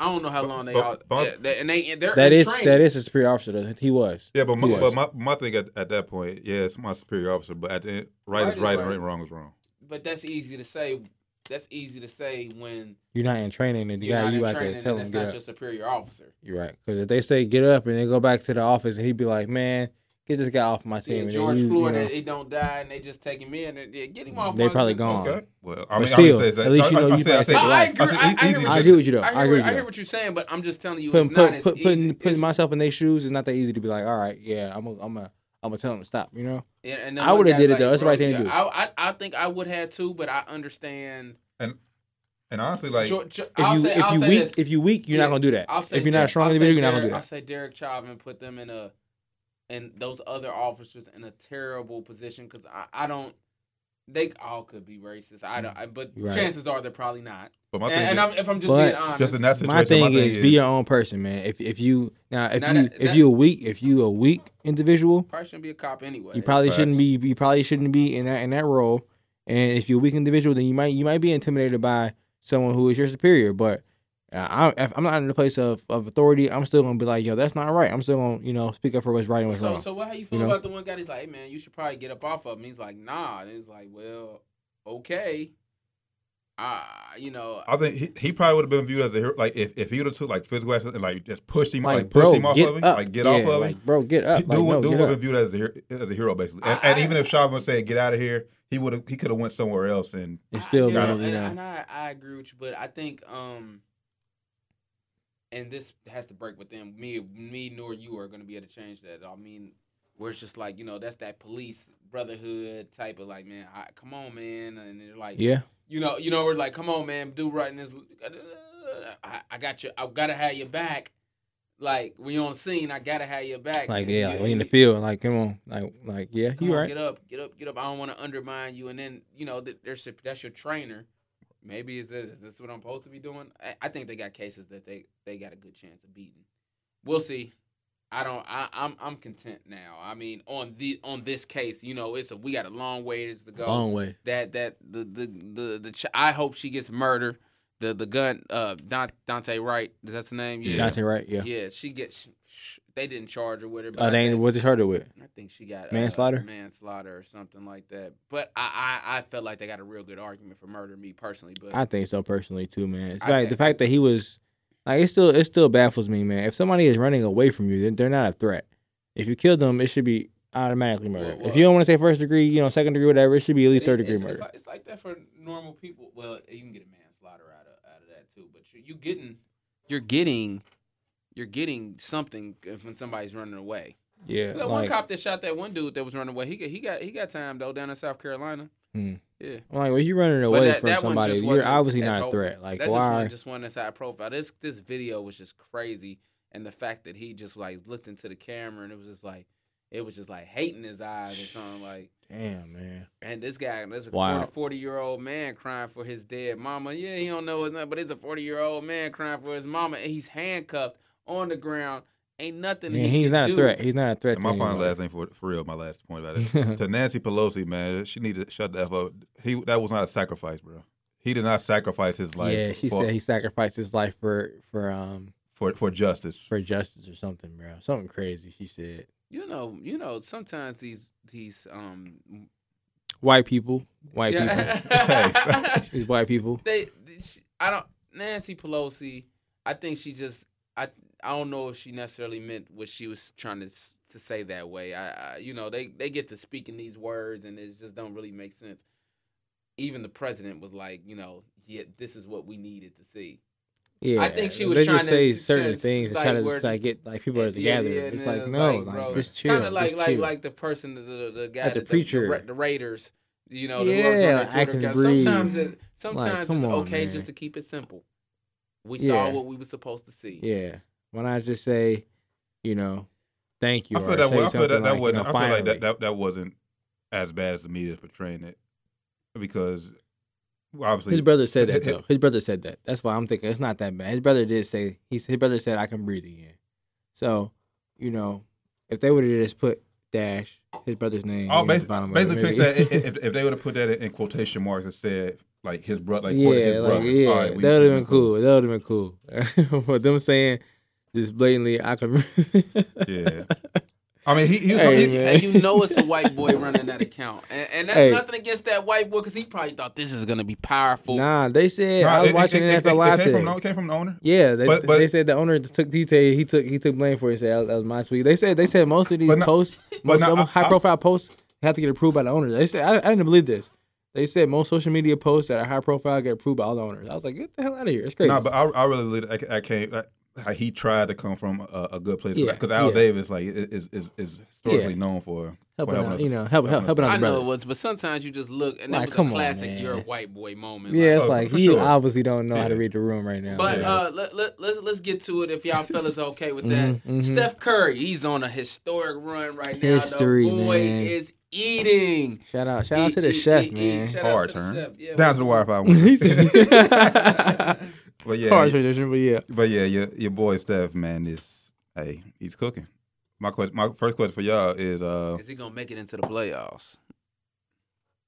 I don't know how long they
But-
all
but-
yeah, they, and they and they're
That
in
is
training.
that is a superior officer. Though. He was.
Yeah, but my,
Yes.
but my, my thing at, at that point, yeah, it's my superior officer, but at the end, right, is right, and right, wrong is wrong.
But that's easy to say. That's easy to say when
You're not in training, and the
you're
guy
not
you
in
out
training.
there tell
and
him
that's
get
not
up.
your superior officer.
You're right. Because if they say get up and they go back to the office, and he'd be like, "Man, get this guy off my
Yeah,
team." and then
George
you- you
Floyd,
know,
he don't die, and they just take him in. And, yeah, get him off.
they
my-
probably gone.
Okay. Well, I
But
mean, I
still,
wouldn't say
at least you
I-
know
I
you
say- I
probably
say
No, I
right.
agree.
say
I,
easy
I, hear
to
what
I
you're
agree
saying.
with you, though. I
I
agree
hear,
with
I
you,
hear
though.
what you're saying, but I'm just telling you,
putting
it's not
put,
as
put,
easy.
putting putting
it's-
myself in their shoes is not that easy to be like, "All right, yeah, I'm a, I'm a, I'm gonna tell him to stop." You know.
and- and then
I
look
would've
at
did it, though. That's the
bro,
right thing to
yeah,
do.
I, I I think I would have too, but I understand.
And honestly, like,
Jo- Jo-
If
I'll
you
say-
if
I'll
you
say
weak
this.
if you weak, you're
Yeah,
not gonna do that.
I'll say
If you're not a
Derek-
strong
I'll say
individual, you're not gonna
Derek-
do
I'll
that.
say Derek Chauvin put them in a and those other officers in a terrible position because I, I don't they all could be racist. I don't, I, but
You're right.
chances are they're probably not.
but my
And,
thing
and
is,
I'm, if I'm just
But-
being honest,
just in that situation,
my thing is,
is
be your own person, man. If if you now if
Now
you
that-
if
that-
you a weak if you a weak individual,
probably shouldn't be a cop anyway.
you probably
Facts.
shouldn't be you probably shouldn't be in that in that role. And if you're a weak individual, then you might you might be intimidated by someone who is your superior. But uh, I, if I'm not in a place of, of authority, I'm still gonna be like, yo, that's not right. I'm still gonna you know speak up for what's right and what's
So,
wrong.
so what, how you feel
know?
about the one guy? He's like, hey man, you should probably get up off of him. He's like, nah. And he's like, well, okay. Ah, you know,
I think he, he probably would have been viewed as a hero. Like if, if he would have took like physical action and like just pushed him, like, pushed him off of him, like get off of
Yeah,
him.
like, bro, get up.
Dude,
Like,
dude
no, get
would have been
up.
viewed as a, hero- as a hero basically. And,
I-
and
I-
even if Chauvin said get out of here, he would have he could have went somewhere else. And
It's still,
I,
got
man,
and,
you know.
and I, I agree with you, but I think, um, and this has to break within me. Me nor you are going to be able to change that. I mean, where it's just like you know, that's that police brotherhood type of like, man, I, come on, man, and they're like,
Yeah,
you know, you know, we're like, come on, man, do right in this. I, I got you. I've got to have your back. Like we on scene, I gotta have your back.
like
And
yeah,
you-
like, we in the field. Like come on, like like yeah,
Come
you
on,
right.
Get up, get up, get up. I don't want to undermine you. And then you know, th- there's that's your trainer. Maybe is this is this what I'm supposed to be doing? I, I think they got cases that they they got a good chance of beating. We'll see. I don't. I, I'm I'm content now. I mean, on the on this case, you know, it's a, we got a long ways to go
Long way.
that that the the the, the ch- I hope she gets murdered. The the gun uh Don, Dante Wright is that the name?
Yeah.
Yeah,
Content right. Yeah.
yeah. She gets. Sh- they didn't charge her with it. but
Uh,
I
they ain't
think-
what they charged her with.
I think she got uh,
Manslaughter?
manslaughter or something like that. But I, I I felt like they got a real good argument for murder. Me personally, but
I think so personally too, man. It's
I
like
think-
the fact that he was like it still it still baffles me, man. If somebody is running away from you, then they're not a threat. If you kill them, it should be automatically murder.
Well, well-
if you don't want to say first degree, you know, second degree, whatever, it should be at least third
It-
degree
it's,
murder.
It's like, it's like that for normal people. Well, you can get a manslaughter out of out of that too, but you you getting you're getting you're getting something if- when somebody's running away.
yeah,
That one
like,
cop that shot that one dude that was running away, he got he got he got time though down in South Carolina.
Hmm.
Yeah,
I'm like, well, you running away
that-
from
that one
somebody,
just
you're
wasn't
obviously
as
not a
hopeful.
threat. Like,
that just
why?
one, just one that's high profile. This this video was just crazy, and the fact that he just like looked into the camera and it was just like it was just like hating his eyes and something like.
Damn, man.
And this guy, there's a
Wow.
40 year old man crying for his dead mama. Yeah, he don't know his name, but it's a 40 year old man crying for his mama, and he's handcuffed on the ground. Ain't nothing.
Man,
he
he's
can
not
do.
a threat. He's not a threat.
and
to
my final
anybody.
last thing for for real, my last point about it to Nancy Pelosi, man, she needed to shut the f up. He that was not a sacrifice, bro. He did not sacrifice his life.
yeah, she
for,
said he sacrificed his life for for um
for for justice.
for justice or something, bro. Something crazy. She said.
You know, you know. Sometimes these these um
White people, white people,
yeah.
these white people.
they, she, I don't. Nancy Pelosi. I think she just. I. I don't know if she necessarily meant what she was trying to s- to say that way. I, I. You know, they they get to speaking these words and it just don't really make sense. Even the president was like, you know, yeah, this is what we needed to see.
Yeah,
I think she was
they
trying
just
to
say
s-
certain
sense,
things and
like,
try to
where-
just, like get like people
Yeah,
are together.
yeah, and
it's
then
like
it's
no,
like,
like,
bro,
just chill,
Kind of like
just
like
chill.
like the person, the the, the guy,
Like the
that
preacher.
the, the, Raiders. You know,
Yeah,
the ones on their
like,
Twitter
I can
account.
breathe.
Sometimes it, sometimes
come
it's
on,
okay
man.
just to keep it simple. We
Yeah.
saw what we were supposed to see.
yeah. When I just say, you know, thank you,
I
or
feel that.
say
wa- I feel
something
that, that
like,
wasn't.
you know,
I feel like
finally.
that, that that wasn't as bad as the media is portraying it, because well, obviously
His brother said
Hit-
that though. His brother said that. That's why I'm thinking it's not that bad. His brother did say he his brother said I can breathe again. So, you know, if they would have just put dash his brother's name,
Oh,
you know, at the
basically,
bottom of it,
basically fix
maybe.
that. i- i- if, if they would have put that in, in quotation marks and said like his brother, like
yeah,
quoted his
like
brother.
yeah,
all right, we-
that would
we
have been
good.
cool. That would have been cool. but them saying just blatantly, I can.
Yeah, I mean he, he was.
Hey,
he-
man.
and you know it's a white boy running that account, and, and that's
Hey.
nothing against that white boy because he probably thought this is gonna be powerful.
Nah, they said
nah,
I was
it- it-
watching
it- it-
NFL
it
Live
came from, the
today.
owner- came from the owner.
Yeah, they,
But- but-
they said the owner took detail. He took he took blame for it. He Said that, that was my tweet. They said they said most of these
But no-
posts, most
no, I-
high profile posts, have to get approved by the owner. They said I, I didn't believe this. They said most social media posts that are high profile get approved by all the owners. I was like, get the hell out of here. It's crazy.
Nah, but I, I really, believe that I, I came. I, how he tried to come from a, a good place
Yeah,
because Al
yeah.
Davis like i- is is, is historically
Yeah.
known for
helping
helping
out,
us-
you know, help, help,
helping
helping out
I
the
know
brothers.
it was, but sometimes you just look, and that
Like,
was
come
a
on,
classic "you're a
man.
white boy" moment.
yeah,
like-
it's
Oh,
like
for
he
sure.
obviously don't know how to
Yeah.
read the room right now.
but
Yeah.
uh, let, let, let's let's get to it if y'all fellas are okay with that.
Mhm, mhm.
Steph Curry, he's on a historic run right now.
History,
the boy
man.
is eating.
shout out, shout out to the
Eat, eat,
chef,
eat, eat.
man.
Shout out
hard
to the
turn
chef. Yeah,
down to
we-
the Wi-Fi.
He said-
but yeah,
Hard tradition, but yeah.
But yeah, your your boy Steph, man, is hey, he's cooking. My question, my first question for y'all is, uh,
Is he gonna make it into the playoffs?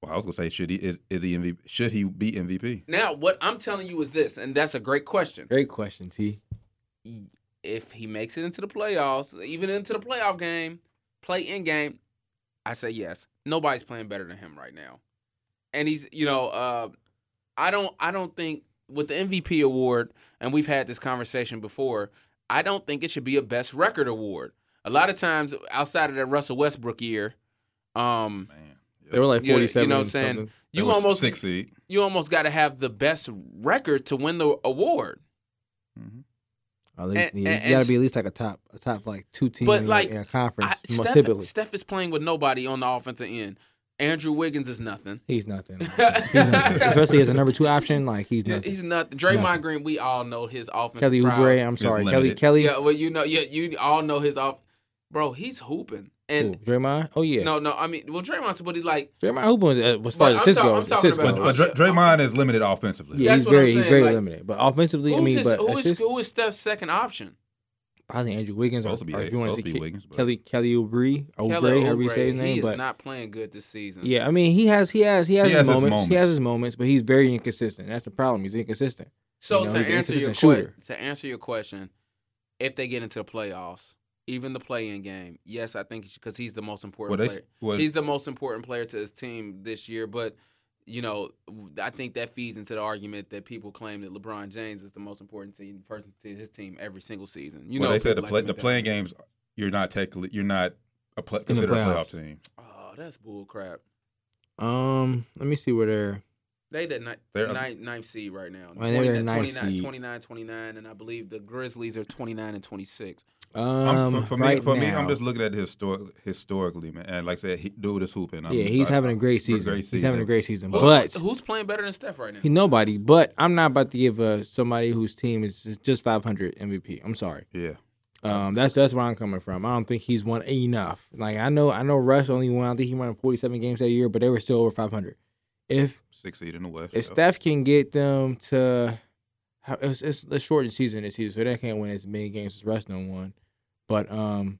Well, I was gonna say, should he is, is he MVP? Should he be MVP?
Now, what I'm telling you is this, and that's a great question.
Great question, T.
If he makes it into the playoffs, even into the playoff game, play in game, I say yes. Nobody's playing better than him right now, and he's you know uh, I don't I don't think with the MVP award, and we've had this conversation before. I don't think it should be a best record award. A lot of times, outside of that Russell Westbrook year,
Man,
um,
They were like
Yeah, you know
forty-seven.
what I'm
and
saying?
something.
That
you
was
almost
six seed.
you almost got to have the best record to win the award.
Mhm.
Or at least,
And-
Oh, yeah,
and-
you got
and-
to be at least like a top, a top like two team
But,
in, your-
like,
in a conference,
I,
most
Steph,
typically.
Steph is playing with nobody on the offensive end. Andrew Wiggins is nothing.
He's nothing.
He's nothing.
Especially as a number two option, like he's nothing.
He's nothing. Draymond
Nothing.
Green, we all know his offense.
Kelly Oubre, I'm
He's
sorry, Kelly
limited.
Kelly.
Yeah, well, you know, yeah, you all know his off. Bro, he's hooping,
who,
and
Draymond. Oh yeah,
no, no, I mean, well, Draymond's, but he like
Draymond Hoop was uh, was far
But
as assists
I'm ta-
go.
I'm talking
assists
about-
But
go.
uh, Dr- Draymond is limited offensively.
yeah,
that's
he's
what I'm
very he's
saying,
very
like,
limited. But offensively,
who's
I mean,
his,
but
who is
assists,
who is Steph's second option?
probably Andrew Wiggins or,
Supposed to be
or if
Hayes,
you want to
supposed
see
to be
Ke-
Wiggins, but-
Kelly Kelly Oubre,
Kelly
Oubre, however you
Oubre,
say his
he
name.
is
But
not playing good this season.
yeah, I mean, he has he has he has,
He has
his,
his
moments. He
moments.
has his moments, but he's very inconsistent. That's the problem. He's inconsistent.
So
You know,
to
he's an
answer your
inconsistent
que-
shooter.
to answer your question, if they get into the playoffs, even the play-in game, yes, I think because he's the most
Well,
important
they,
player.
well,
he's the most important player to his team this year, but you know, I think that feeds into the argument that people claim that LeBron James is the most important team, person to his team every single season. You
well,
know,
they said the,
people like
play,
to
the
make that-
playing games, you're not technically, you're not a play,
In the
considered a
playoffs.
playoff team.
Oh, that's bull crap.
Um, let me see where they're.
They the ni-
They're a-
ninth, ninth seed right now.
Well, they're the ninth
29,
seed.
29, 29, and I believe the Grizzlies are 29 and 26.
Um,
I'm- for for me,
right
for me,
now-
I'm just looking at historic, historically, man. And like I said, he, dude is hooping. I'm-
Yeah, he's
I-
having a
I-
great season. He's having a great season,
Who's-
but
who's playing better than Steph right now?
he, nobody. But I'm not about to give uh, somebody whose team is is just 500 MVP. I'm sorry.
Yeah, Oh.
Um, that's that's where I'm coming from. I don't think he's won enough. Like I know, I know Russ only won. I think he won 47 games that year, but they were still over 500. If
six seed in the West.
if
so.
Steph can get them to, how- it's, it's a shortened season this season, so they can't win as many games as Russ done won. But um,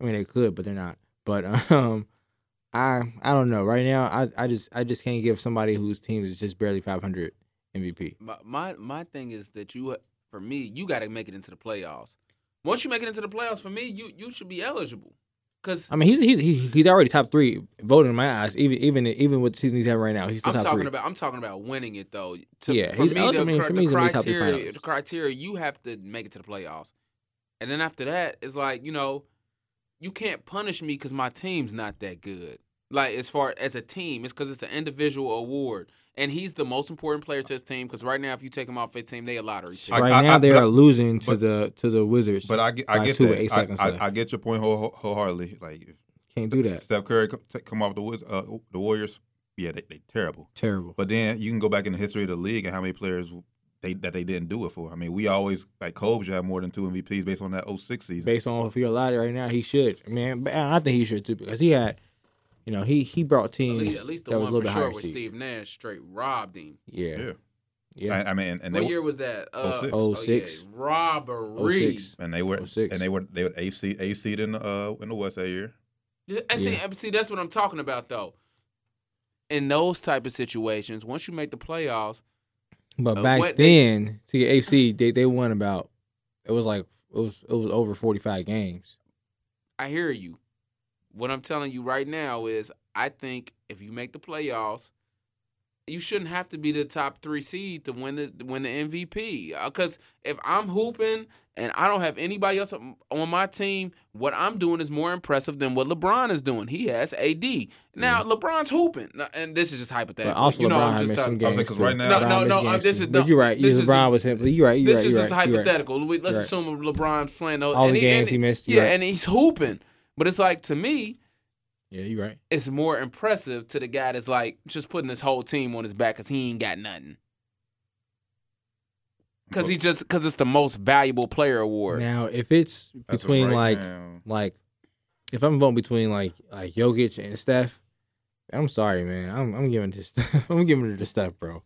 I mean they could, but they're not. But um, I I don't know. Right now, I I just I just can't give somebody whose team is just barely 500 MVP.
my my my thing is that you for me you got to make it into the playoffs. Once you make it into the playoffs, for me you you should be eligible. Cause
I mean, he's he's he's- he's already top three voting in my eyes. Even even even with the season he's having right now, he's still
I'm
top
talking
three.
about I'm talking about winning it though. To,
Yeah,
for
he's
me,
eligible.
the,
I mean,
cri-
for me, he's
the
gonna be top three
criteria
finals.
the criteria you have to make it to the playoffs, and then after that it's like you know you can't punish me because my team's not that good. Like as far as a team, it's because it's an individual award, and he's the most important player to his team. Because right now, if you take him off his team, they a lottery. pick.
I-
right
I-
now,
I-
they
but
are
I-
losing to
but-
the to the Wizards.
but I get, I
by
get
two
that.
with eight
I-
seconds
I,
left.
I, get your point whole, wholeheartedly. Like if
can't do that.
Steph Curry co- t- come off the Wiz- uh, the Warriors, yeah, they they terrible.
Terrible.
But then you can go back in the history of the league and how many players they that they didn't do it for. I mean, we always like Kobe should have more than two MVPs based on that 06 season.
Based on if you're allowed it right now, he should. I mean, but I think he should too because he had, you know, he he brought
At
teams
least, at least the
that
one
was a little bit
for sure
higher.
with
seed.
Steve Nash straight robbed him.
Yeah,
yeah,
yeah.
I, I mean, and
What
they,
year was that? Uh,
06.
oh, yeah,
06.
Robbery.
06.
and they were
06.
and they were they were eighth seed, eighth seed in the uh, in the West that year.
I see,
Yeah.
I see, that's what I'm talking about, though. In those type of situations, once you make the playoffs,
But
Uh,
back
what they-
then, to get AFC, they they won about it was like it was it was over 45 games.
I hear you. What I'm telling you right now is, I think if you make the playoffs, you shouldn't have to be the top three seed to win the to win the MVP. Because Uh, if I'm hooping and I don't have anybody else on on my team, what I'm doing is more impressive than what LeBron is doing. He has AD now. LeBron's hooping, Now- and this is just hypothetical.
But also,
you know,
LeBron
I'm
missed
just
some
talking,
games.
I was like, 'cause
too.
right now- No,
LeBron
no,
missed
no, uh,
games
this
too.
is-
But you're right.
this
This
is
LeBron
just-
was him. You're right. You're
this
right.
is
you're
just
right, you're right.
hypothetical. We- Let's
You're right.
assume LeBron's playing those
All
and
the games he
and
missed, you're
Yeah,
right.
and he's hooping, but it's like to me,
Yeah, you're right.
it's more impressive to the guy that's like just putting his whole team on his back because he ain't got nothing. Because he just because it's the most valuable player award.
Now, if it's
As of
between
right
like
now.
like if I'm voting between like like Jokic and Steph, I'm sorry, man. I'm I'm giving this I'm giving it to Steph, bro.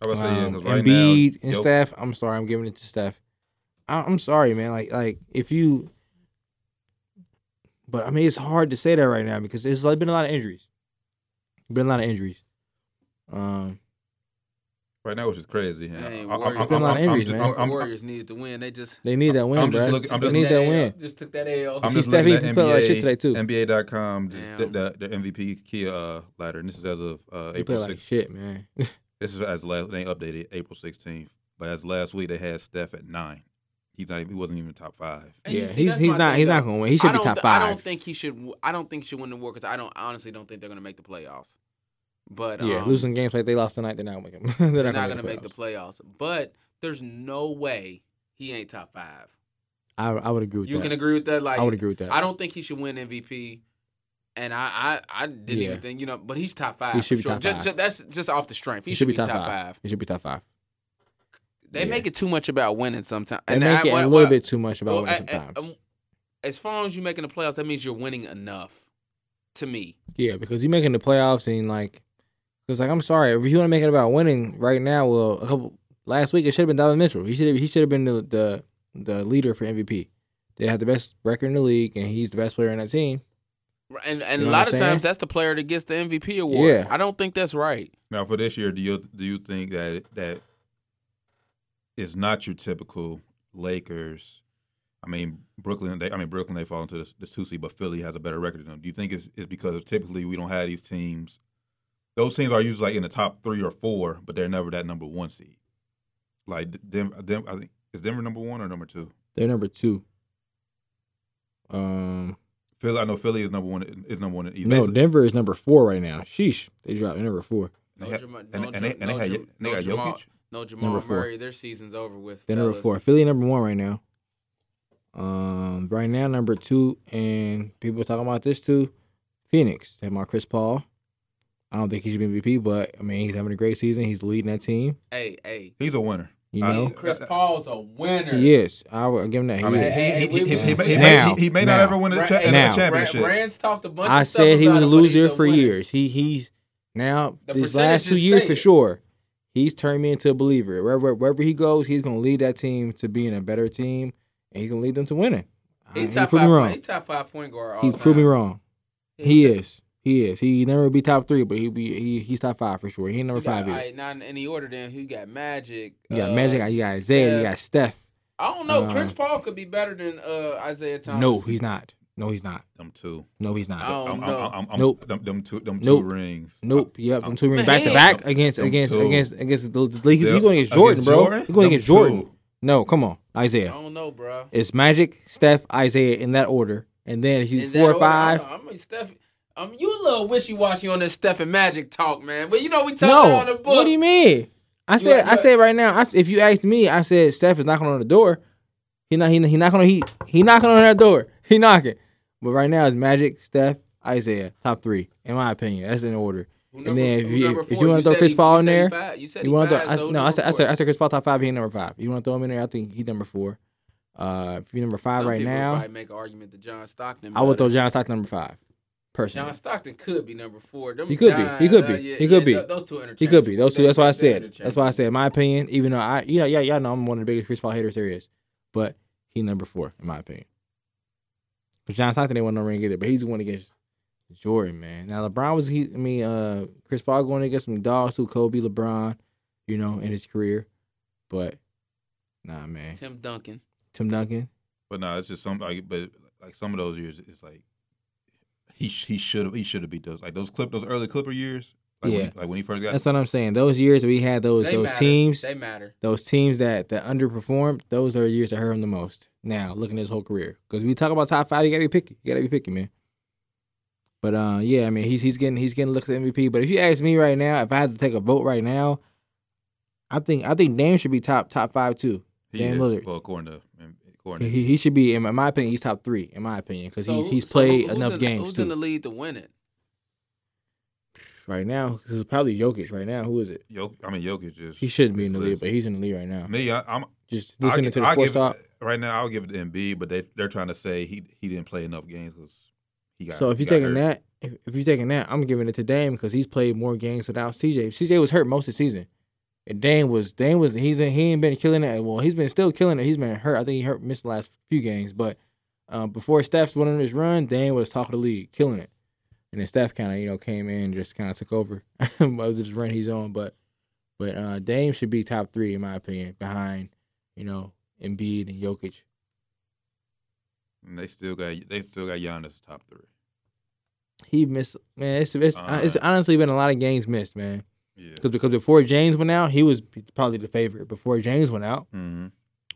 I was saying,
Um,
because right
Embiid
now,
and
Jok-
Steph, I'm sorry, I'm giving it to Steph. I, I'm sorry, man. Like like if you, but I mean it's hard to say that right now because there's like, been a lot of injuries. Been a lot of injuries. Um,
right now, which is crazy. and I-
Hey,
I-
Warriors.
I'm-
Been a lot
I'm-
of
I'm
injuries,
just-
man.
I'm-
the
I'm-
Warriors needed to win. They just
they need that win,
I'm just
bruh.
looking- I'm
they
just-
need
took
that
L.
win.
Just took that L.
I'm
See,
just
Steph
looking at
Avery played like shit
NBA,
today, too.
NBA.com, just the,
Damn.
the, the MVP Kia uh, ladder, and this is as of uh,
They play
April
like
6th.
shit, man.
This is as last they updated April 16th, but as last week they had Steph at nine. He's not. He wasn't even top five.
And you
yeah,
see,
he's
that's
he's
my
not
thing,
he's not
though.
gonna win. He should
I
be
don't
top
th-
five.
I don't think he should. w- I don't think he should win the war because I don't I honestly don't think they're gonna make the playoffs. But
yeah,
um,
losing games like they lost tonight, they're not making. They're,
they're
not,
not
gonna,
gonna make the
playoffs.
playoffs. But there's no way he ain't top five.
I I would agree with
you
that.
can agree with that. Like
I would agree with that.
I don't think he should win MVP. And I, I, I didn't
Yeah.
even think, you know, but he's top five.
He
for
should be
sure.
top
Ju-
five.
ju- that's just off the strength. He, should, be top, five.
He should be top five.
They
Yeah.
make it too much about winning sometimes.
They make
I-
it
what-
a little
what-
bit too much about
well,
winning
I- I-
sometimes.
um, as far as you making the playoffs, that means you're winning enough. To me,
yeah, because you're making the playoffs and like, because like I'm sorry, if you want to make it about winning right now, well, a couple last week it should have been Donovan Mitchell. He should have he should have been the, the the leader for MVP. They had the best record in the league, and he's the best player in that team.
and and
You know what
a lot
I'm
of
saying?
times that's the player that gets the MVP award.
Yeah.
I don't think that's right.
Now for this year, do you do you think that that is not your typical Lakers? I mean Brooklyn. They, I mean Brooklyn. They fall into this, this two seed, but Philly has a better record than them. Do you think it's, it's because typically we don't have these teams? Those teams are usually like in the top three or four, but they're never that number one seed. Like Denver, Denver I think is Denver number one or number two?
They're number two. Um,
Philly. I know Philly is number one. Is number one in the East.
no,
Basically,
Denver is number four right now. Sheesh, they dropped they're number four.
they
No
had-
Jama-
and-
no
and they-
Jam-
and they
no
had-
Jam-
they
no
got
Jamal-
Jokic.
No Jamal
Number four.
Murray, their season's over with.
They're number
fellas.
four. Philly number one right now. Um, right now number two, and people talking about this too. Phoenix. They have my Chris Paul. I don't think he should be MVP, but I mean he's having a great season. He's leading that team.
Hey, hey,
He's a winner.
You
I-
know,
Chris Paul's a winner.
he is. I would give him that. He
I mean, he,
is.
Hey,
he, he, he,
hey,
he,
we-
he
Now,
may, he may not
now.
ever win a, cha-
Brand-
now.
another championship.
Brand- Brand's talked a bunch.
I
of stuff
said he
about
was a
him, but he's
loser for
winner.
years. He he's now
The
these last two
percentages
years
say
for
it.
sure. He's turned me into a believer. Wherever wherever he goes, he's gonna lead that team to being a better team, and he's gonna lead them to winning. I-
He
He
top
proved me
five.
wrong.
He top five point guard. All
He's
time.
proved me wrong.
He
He
top-
is. He is. He never be top three, but he be he he's top five for sure. He ain't
he
number
got-
five
all
yet.
right, not in any order. Then he got Magic.
You got
uh,
Magic. You got Isaiah. You got Steph.
I don't know.
uh,
Chris Paul could be better than uh, Isaiah Thomas.
No, he's not. No, he's not.
Them two.
No, he's
I
not.
don't
I'm, I'm,
know.
I'm, I'm,
Nope.
Them, them two. Them
Nope.
two rings. Uh,
Nope. Yep.
I'm-
I'm two rings
Man.
back to back against
I'm
against
two.
against against the Lakers.
Yeah.
You going against Jordan, bro?
Jordan?
You going
Them
against Jordan?
two.
No, come on,
I
Isaiah.
don't know, bro.
It's Magic, Steph, Isaiah in that order, and then
Is
he's
that oh,
four or
order? I don't
five.
know. I mean, Steph. Um, you a little wishy washy on this Steph and Magic talk, man. But you know we talked on the
No,
book.
what do you mean? I said,
you-
I said right now. I, s- if you asked me, I said Steph is knocking on the door. He not, he, he knocking on he he knocking on that door. He knocking. But right now it's Magic, Steph, Isaiah, top three in my opinion. That's in order.
Who
And
number-
then if
who
you
number
if you
four?
want to throw
said
Chris
he-
Paul
you
in
said he
there,
five. You said
you
he
want to
five,
throw? I,
so who
no, I
number
said, I
four?
said I said Chris Paul top five. He number five. You want to throw him in there? I think he number four. Uh, if you number five
Some
right
people would
now,
probably make an argument that John Stockton.
I would throw
better.
John Stockton number five. Personally,
John Stockton could be number four. Them
He could be. He could be.
uh, yeah,
He could
yeah,
be.
th- Those two interchangeable.
He could be. Those two. That's why I said. That's why I
said.
said. My opinion. Even though I, you know, yeah, y'all know I'm one of the biggest Chris Paul haters there is, but he number four in my opinion. But John Stockton didn't win no ring either. But he's the one against Jordan, man. Now LeBron was he. I mean, uh, Chris Paul going against some dogs who Kobe, LeBron, you know, in his career, but nah, man.
Tim Duncan.
Tim Duncan.
But no, it's just some. Like, but like some of those years, it's like he sh- he should have he should have beat those like those clip those early Clipper years. Like
Yeah.
When, like when he first got.
That's what I'm saying. Those years we had those
They
those
matter.
teams.
They matter.
those teams that that underperformed, those are the years that hurt him the most. Now, looking at his whole career, because we talk about top five, you gotta be picky. You gotta be picky, man. But uh, yeah, I mean, he's he's getting he's getting looks at MVP. But if you ask me right now, if I had to take a vote right now, I think I think Dame should be top top five too.
he
Dan
is,
Lillard.
Well, according to according to
He, he should be in my, in my opinion. He's top three in my opinion because
So
he's
who-
he's
so
played
who- who's
enough
in,
games
Who's in the
too.
lead to win it?
Right now, because it's probably Jokic. Right now, who is it?
Jok- I mean Jokic is.
He shouldn't be
is
in the league, but he's in the league right now.
me, I, I'm
Just
I'll
listening
gi-
to the
I'll
sports
give-
talk.
right now. I'll give it to Embiid, but they they're trying to say he he didn't play enough games because he got.
So if
he
you're
got
taking
hurt.
that, if, if you're taking that, I'm giving it to Dame because he's played more games without CJ. CJ was hurt most of the season, and Dame was Dame was he's in, he ain't been killing it. Well, he's been still killing it. He's been hurt. I think he hurt missed the last few games, but um, before Steph's went on his run, Dame was top of the league, killing it. and then Steph kind of you know came in and just kind of took over. it was just run he's on, but but uh, Dame should be top three in my opinion, behind you know Embiid and Jokic.
And they still got they still got Giannis top three.
He missed man. It's it's,
Uh-huh.
it's honestly been a lot of games missed, man.
Yeah.
Because because before James went out, he was probably the favorite. Before James went out,
Mm-hmm.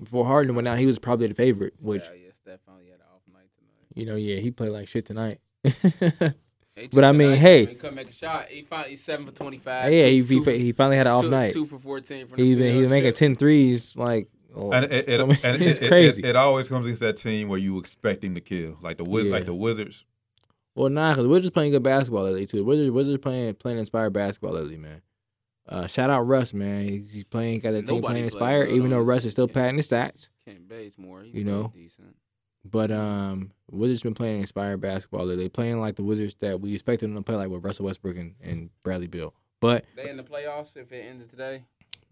before Harden went out, he was probably the favorite. Which
yeah, yeah, Steph only had an off night tonight.
you know, yeah, he played like shit tonight.
They
But I
checked
mean,
it out.
hey.
he couldn't make a shot. He finally he's seven for twenty five.
yeah, he, he, he finally had an off
two,
night.
Two for fourteen. From the
He's been he's
field.
been making
Shit.
10 threes like oh,
And it, it,
so many-
and
it's
it- it-
crazy.
It, it always comes against that team where you expect him to kill, like the Wiz-
Yeah.
like the Wizards.
well, nah, because we're just playing good basketball lately too. We're just, we're just playing playing inspired basketball lately, man. Uh, shout out Russ, man. He's, he's playing got the team
Nobody
playing
played
inspired,
well
even though
on
Russ
this
is still
team.
padding his stats.
Kent Bazemore, he
you
played
know.
decent.
But um, we've just been playing inspired basketball lately. They playing like the Wizards that we expected them to play, like with Russell Westbrook and, and Bradley Bill. But
They in the playoffs if it ended today.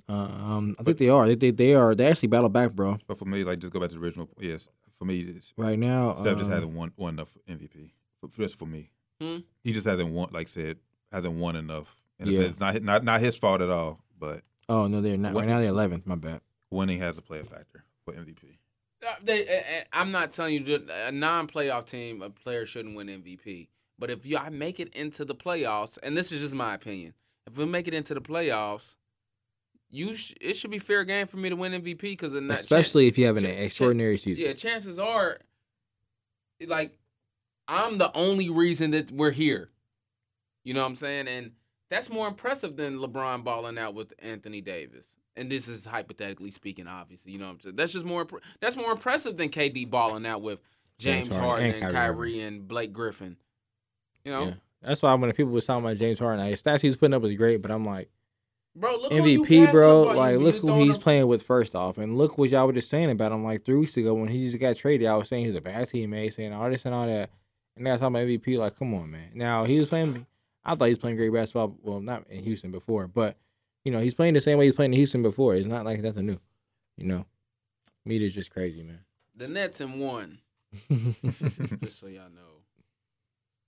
uh, um, I think they are. They, they they are. They actually battle back, bro.
But for me, like just go back to the original. Yes, for me, it's,
Right now,
Steph just
um,
hasn't won, won enough MVP. F- Just for me,
Hmm.
he just hasn't won. Like said, hasn't won enough. And it's-
Yeah.
it's not not not his fault at all. But
Oh no, they're not.
What-
Right now, they're 11th. My bad.
winning has to play a factor for MVP.
Uh, They, uh, uh, I'm not telling you that uh, a non-playoff team, a player shouldn't win MVP. But if you, I make it into the playoffs, and this is just my opinion, if we make it into the playoffs, you sh- it should be fair game for me to win MVP because
Especially if you have an
Chan- Chan-
extraordinary season.
yeah, chances are, like, I'm the only reason that we're here. You know what I'm saying? And that's more impressive than LeBron balling out with Anthony Davis. And this is hypothetically speaking, obviously. You know what I'm saying? That's just more. impre- That's more impressive than KD balling out with James,
James
Harden
Harden
and
and
Kyrie,
Kyrie
and Blake Griffin. You know,
Yeah. That's why when people was talking about James Harden, like, his stats he was putting up was great, but I'm like
bro, look who you passing
MVP,
the
bro.
ball. You-
Like,
you
look who
throwing
he's
him-
playing with first off, and look what y'all were just saying about him like three weeks ago when he just got traded. I was saying he's a bad teammate, saying all this and all that, and now I'm talking about MVP. Like, come on, man. Now he was playing. I thought he was playing great basketball. Well, not in Houston before, but you know he's playing the same way he's playing in Houston before. It's not like nothing new, you know. Media's just crazy,
The Nets in one.
man.
Just so y'all know,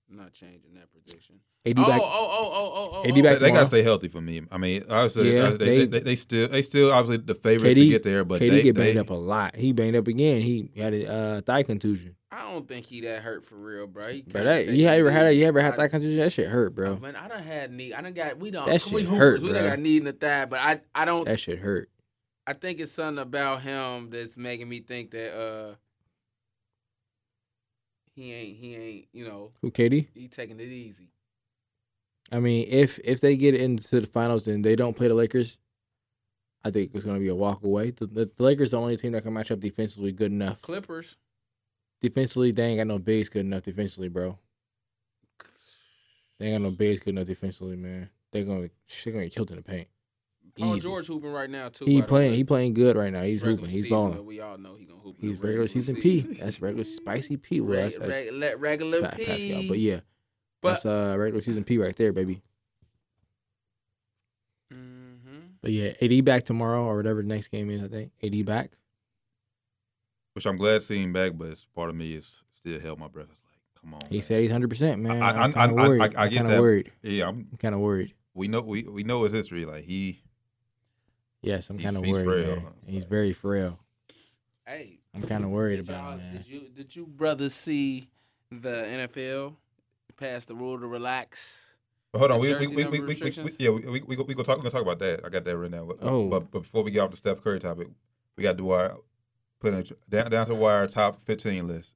I'm not changing that prediction.
AD
Oh,
back.
oh, oh, oh, oh, oh,
AD
They,
oh.
back
they gotta
tomorrow.
stay healthy for me. I mean, obviously,
Yeah,
obviously, they, they,
they-
they, still they still obviously the favorites
KD
to get there, but
KD
they
get banged
they,
up a lot. He banged up again. He had a uh, thigh contusion.
I don't think he that hurt for real, bro. He
But
kinda
that,
take
you
it
ever had a,
easy.
you ever had
I-
thigh contusion? That shit hurt, bro.
Man, I done had knee. I done got. We don't.
That
we
shit
hoopers,
hurt,
We done
bruh.
got knee in the thigh, but I, I don't.
That shit hurt.
I think it's something about him that's making me think that uh, he ain't, he ain't. You know,
Who KD?
he taking it easy.
I mean, if if they get into the finals and they don't play the Lakers, I think it's gonna be a walk away. The, the, the Lakers the only team that can match up defensively good enough.
Clippers.
Defensively, they ain't got no bigs good enough defensively, bro. They ain't got no bigs good enough defensively, man. They're gonna they're gonna get killed in the paint.
Paul
Easy.
George hooping right now too.
He
by the
playing
way.
he playing good right now. He's
Regular
hooping. He's
season,
balling.
but We all know he gonna hoop. in the
He's regular season P. That's regular spicy P. Well,
Reg-
that's, that's
reg- le- regular
Pat-
P.
Pascal. But yeah,
But-
that's uh, regular season P right there, baby.
Mhm.
But yeah, AD back tomorrow or whatever the next game is. I think AD back.
which I'm glad seeing back, but it's, part of me is still held my breath. It's like, come on,
He
man.
said he's hundred percent, man.
I- I-
I'm
I-
kind of
I- I-
worried.
I
I'm
get
kind
that.
of worried.
yeah, I'm,
I'm kind of worried.
we know we we know his history. Like he,
Yes, I'm
He's-
kind of
he's
worried.
frail.
man. He's very frail.
Hey,
I'm kind of worried
did
about
y'all-
it, man.
Did you did you brothers see the NFL pass the rule to relax?
But hold on,
The
we we,
jersey
we,
number
we, we, we,
restrictions?
yeah, we we we go, we go talk we go talk about that. I got that right now. But,
Oh.
but, but before we get off the Steph Curry topic, we got to do our put in down down to wire top fifteen list.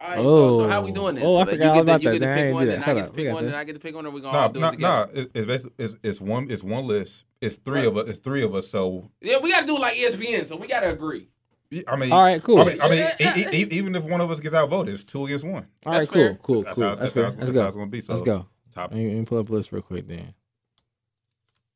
All right, so, so how we
Oh.
doing this?
Oh, I
Like,
forgot
you
all
get
about
to, you
that.
get
Nah,
to
I
pick
didn't
one,
do
and
that.
I
Hold
get to
up, we
pick
got
one, and
this.
I get to pick one, and we gonna
No,
all do it
no,
together.
no. It's basically it's, it's one it's one list. It's three of us. It's three of us. So
Yeah, we gotta do it like E ESPN, so we gotta agree.
I mean,
All right, cool.
I mean, I mean,
Yeah.
e- e- e- even if one of us gets outvoted, it's two against one.
All right,
that's
cool,
fair.
cool,
That's
cool.
how-
That's
that's
fair.
how-
Let's
that's how
go.
it's gonna be. So
Let's go.
Top.
Let me, let me pull up a list real quick then.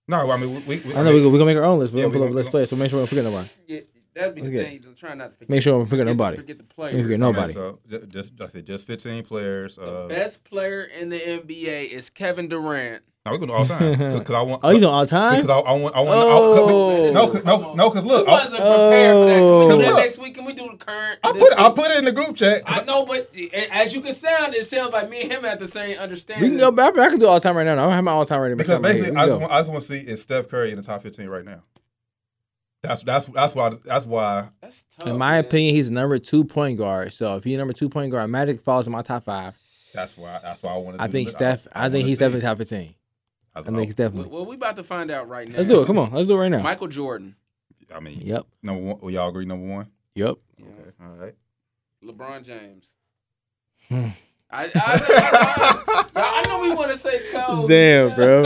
No, I mean, we. we, we
I know we're gonna, we gonna make our own list. We're
Yeah,
gonna
we
pull up
gonna-
a list first, so make sure we don't forget nobody.
Yeah, that'd be
Let's
the
get
thing. Just try not to forget.
Make sure we don't forget
forget-
nobody.
Forget the
We
players.
don't forget
I mean,
nobody.
So ju- just, like I said, just fifteen players.
The
Uh,
best player in the NBA is Kevin Durant.
I was doing it all the time because I want.
Oh, you doing all the time?
Because I, I want. I want.
Oh.
I, no, 'cause- no, no. Because look,
We wasn't
I,
prepared for that. Can we
Oh.
do that
Look.
next week? Can we do the current?
I
this
put. I put it in the group chat.
I know, but a- as you can sound, it sounds like me and him have the same understanding.
we can go back. I can do all the time right now. I have my all time ready.
Because basically, I just,
go.
want, I just want to see is Steph Curry in the top fifteen right now. That's that's that's why that's why
That's tough.
in my
man.
opinion, he's number two point guard. So if he's number two point guard, Magic falls in my top five.
that's why that's why I want to.
I think Steph. I, think he's definitely top fifteen.
I,
I think he's
Well,
definitely.
well, we about to find out right now.
Let's do it. Come on, let's do it right now.
Michael Jordan,
I mean,
Yep.
number one. Will y'all agree? Number one.
Yep.
Okay. All right.
LeBron James.
Hmm.
I, I, I, I, I know we want to say Kobe.
Damn, bro.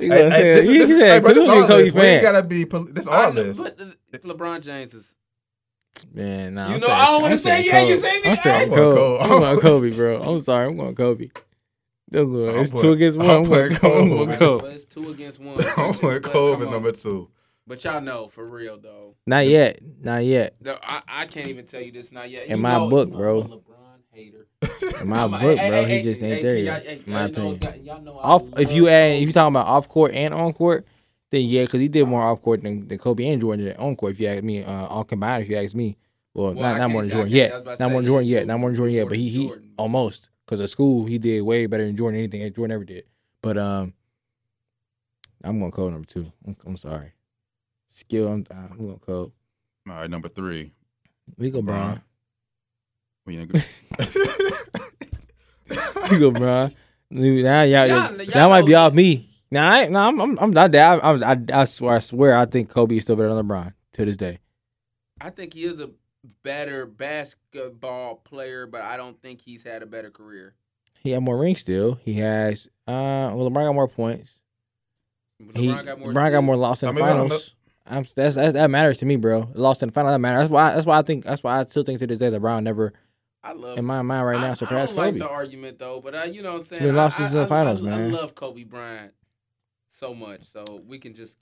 You gonna say-
this is-
he
this-
said,
hey, bro, this
"Clearly
all
a Kobe
this. We ain't
fan."
gotta be. poli- This
I
all
know,
this.
but the- LeBron James is.
Man, nah,
You
I'm
know,
saying-
I don't wanna
I'm saying
say, yeah, you
Kobe.
say me,
I'm saying
I'm going
Kobe. I'm
Kobe.
going Kobe, bro. I'm sorry. I'm going Kobe. That's what-
I'm
It's two
putting-
against
I'm
one. I'm going
putting Kobe.
Kobe. I'm going
But
Kobe.
it's two against one.
I'm
But
with Kobe
come on.
number two.
But y'all know for real though.
Not yet. Not yet.
No, I, I can't even tell you this not yet.
In
You
my
know-
book,
I'm
bro.
a LeBron hater.
In my
I'm a-
book,
hey,
bro,
hey,
he just
hey,
ain't
hey,
there
can
yet.
y'all- hey,
in my
y'all know
opinion.
it's got- y'all know I
Off, if you
love
add, if you
Kobe.
talking about off court and on court, then yeah, because he did more off court than, than Kobe and Jordan did on court. If you ask me, uh, all combined, if you ask me, well,
Well, I
not not
can't
more than
say- I
Jordan
can't- I
yet,
was about to
not
say,
more than Jordan
yeah,
yet, not more than Jordan yet, but he he
Jordan.
almost because at school he did way better than Jordan anything that Jordan ever did. But um, I'm going Kobe number two. I'm, I'm sorry, skill. I'm, I'm going Kobe.
All right, number three.
We go Bron.
We ain't agree.
We go Bron. Now y'all,
Y'all- y'all
that might be
know-
off me. Now I now I'm I'm, I'm not that I, I I swear I swear I think Kobe is still better than LeBron to this day.
I think he is a better basketball player, but I don't think he's had a better career.
He had more rings still. He has uh well LeBron got more points.
LeBron
he,
got more.
LeBron got more
assists.
lost in
I
the
mean, I don't
finals. I'm, that's, that's that matters to me, bro. Lost in the final that matters. That's why that's why I think that's why I still think to this day LeBron never
I love.
in my mind right
I-
now surpassed
I don't
Kobe.
like the argument though, but I, you know what I'm saying.
many
I-
losses
I-
in the
I-
finals,
I,
man.
I love Kobe Bryant so much, so we can just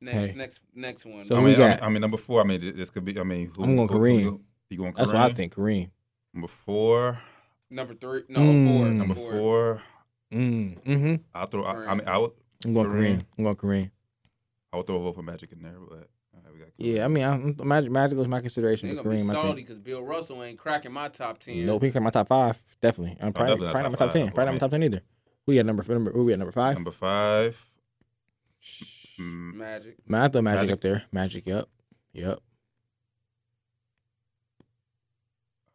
next
Hey.
next next one.
I
So- Who we
mean, I mean,
got?
I mean, number four. I mean, th- this could be. I mean, who,
I'm going
who- who-
Kareem.
who- You going Kareem?
That's what I think. Kareem.
Number four.
number three, no
Mm.
four,
Number four.
Mm. Mm-hmm.
I throw. I, I
Kareem.
mean, I would.
I'm going Kareem.
Kareem.
I'm going Kareem.
I would throw a vote for Magic in there, but all right, we got Kareem.
Yeah, I mean, I'm, Magic, Magic was my consideration.
They're
but
gonna be
Kareem, I
salty
think.
because Bill Russell ain't cracking my top ten.
Nope, he came my top five. Oh, Definitely. I'm probably,
definitely not
probably not my
top
top
five.
ten. Probably not my top ten either. We had number number. Who we at number five?
Number five. Mm,
Magic.
Man, I thought Magic,
Magic.
up there. Magic, yep, yep.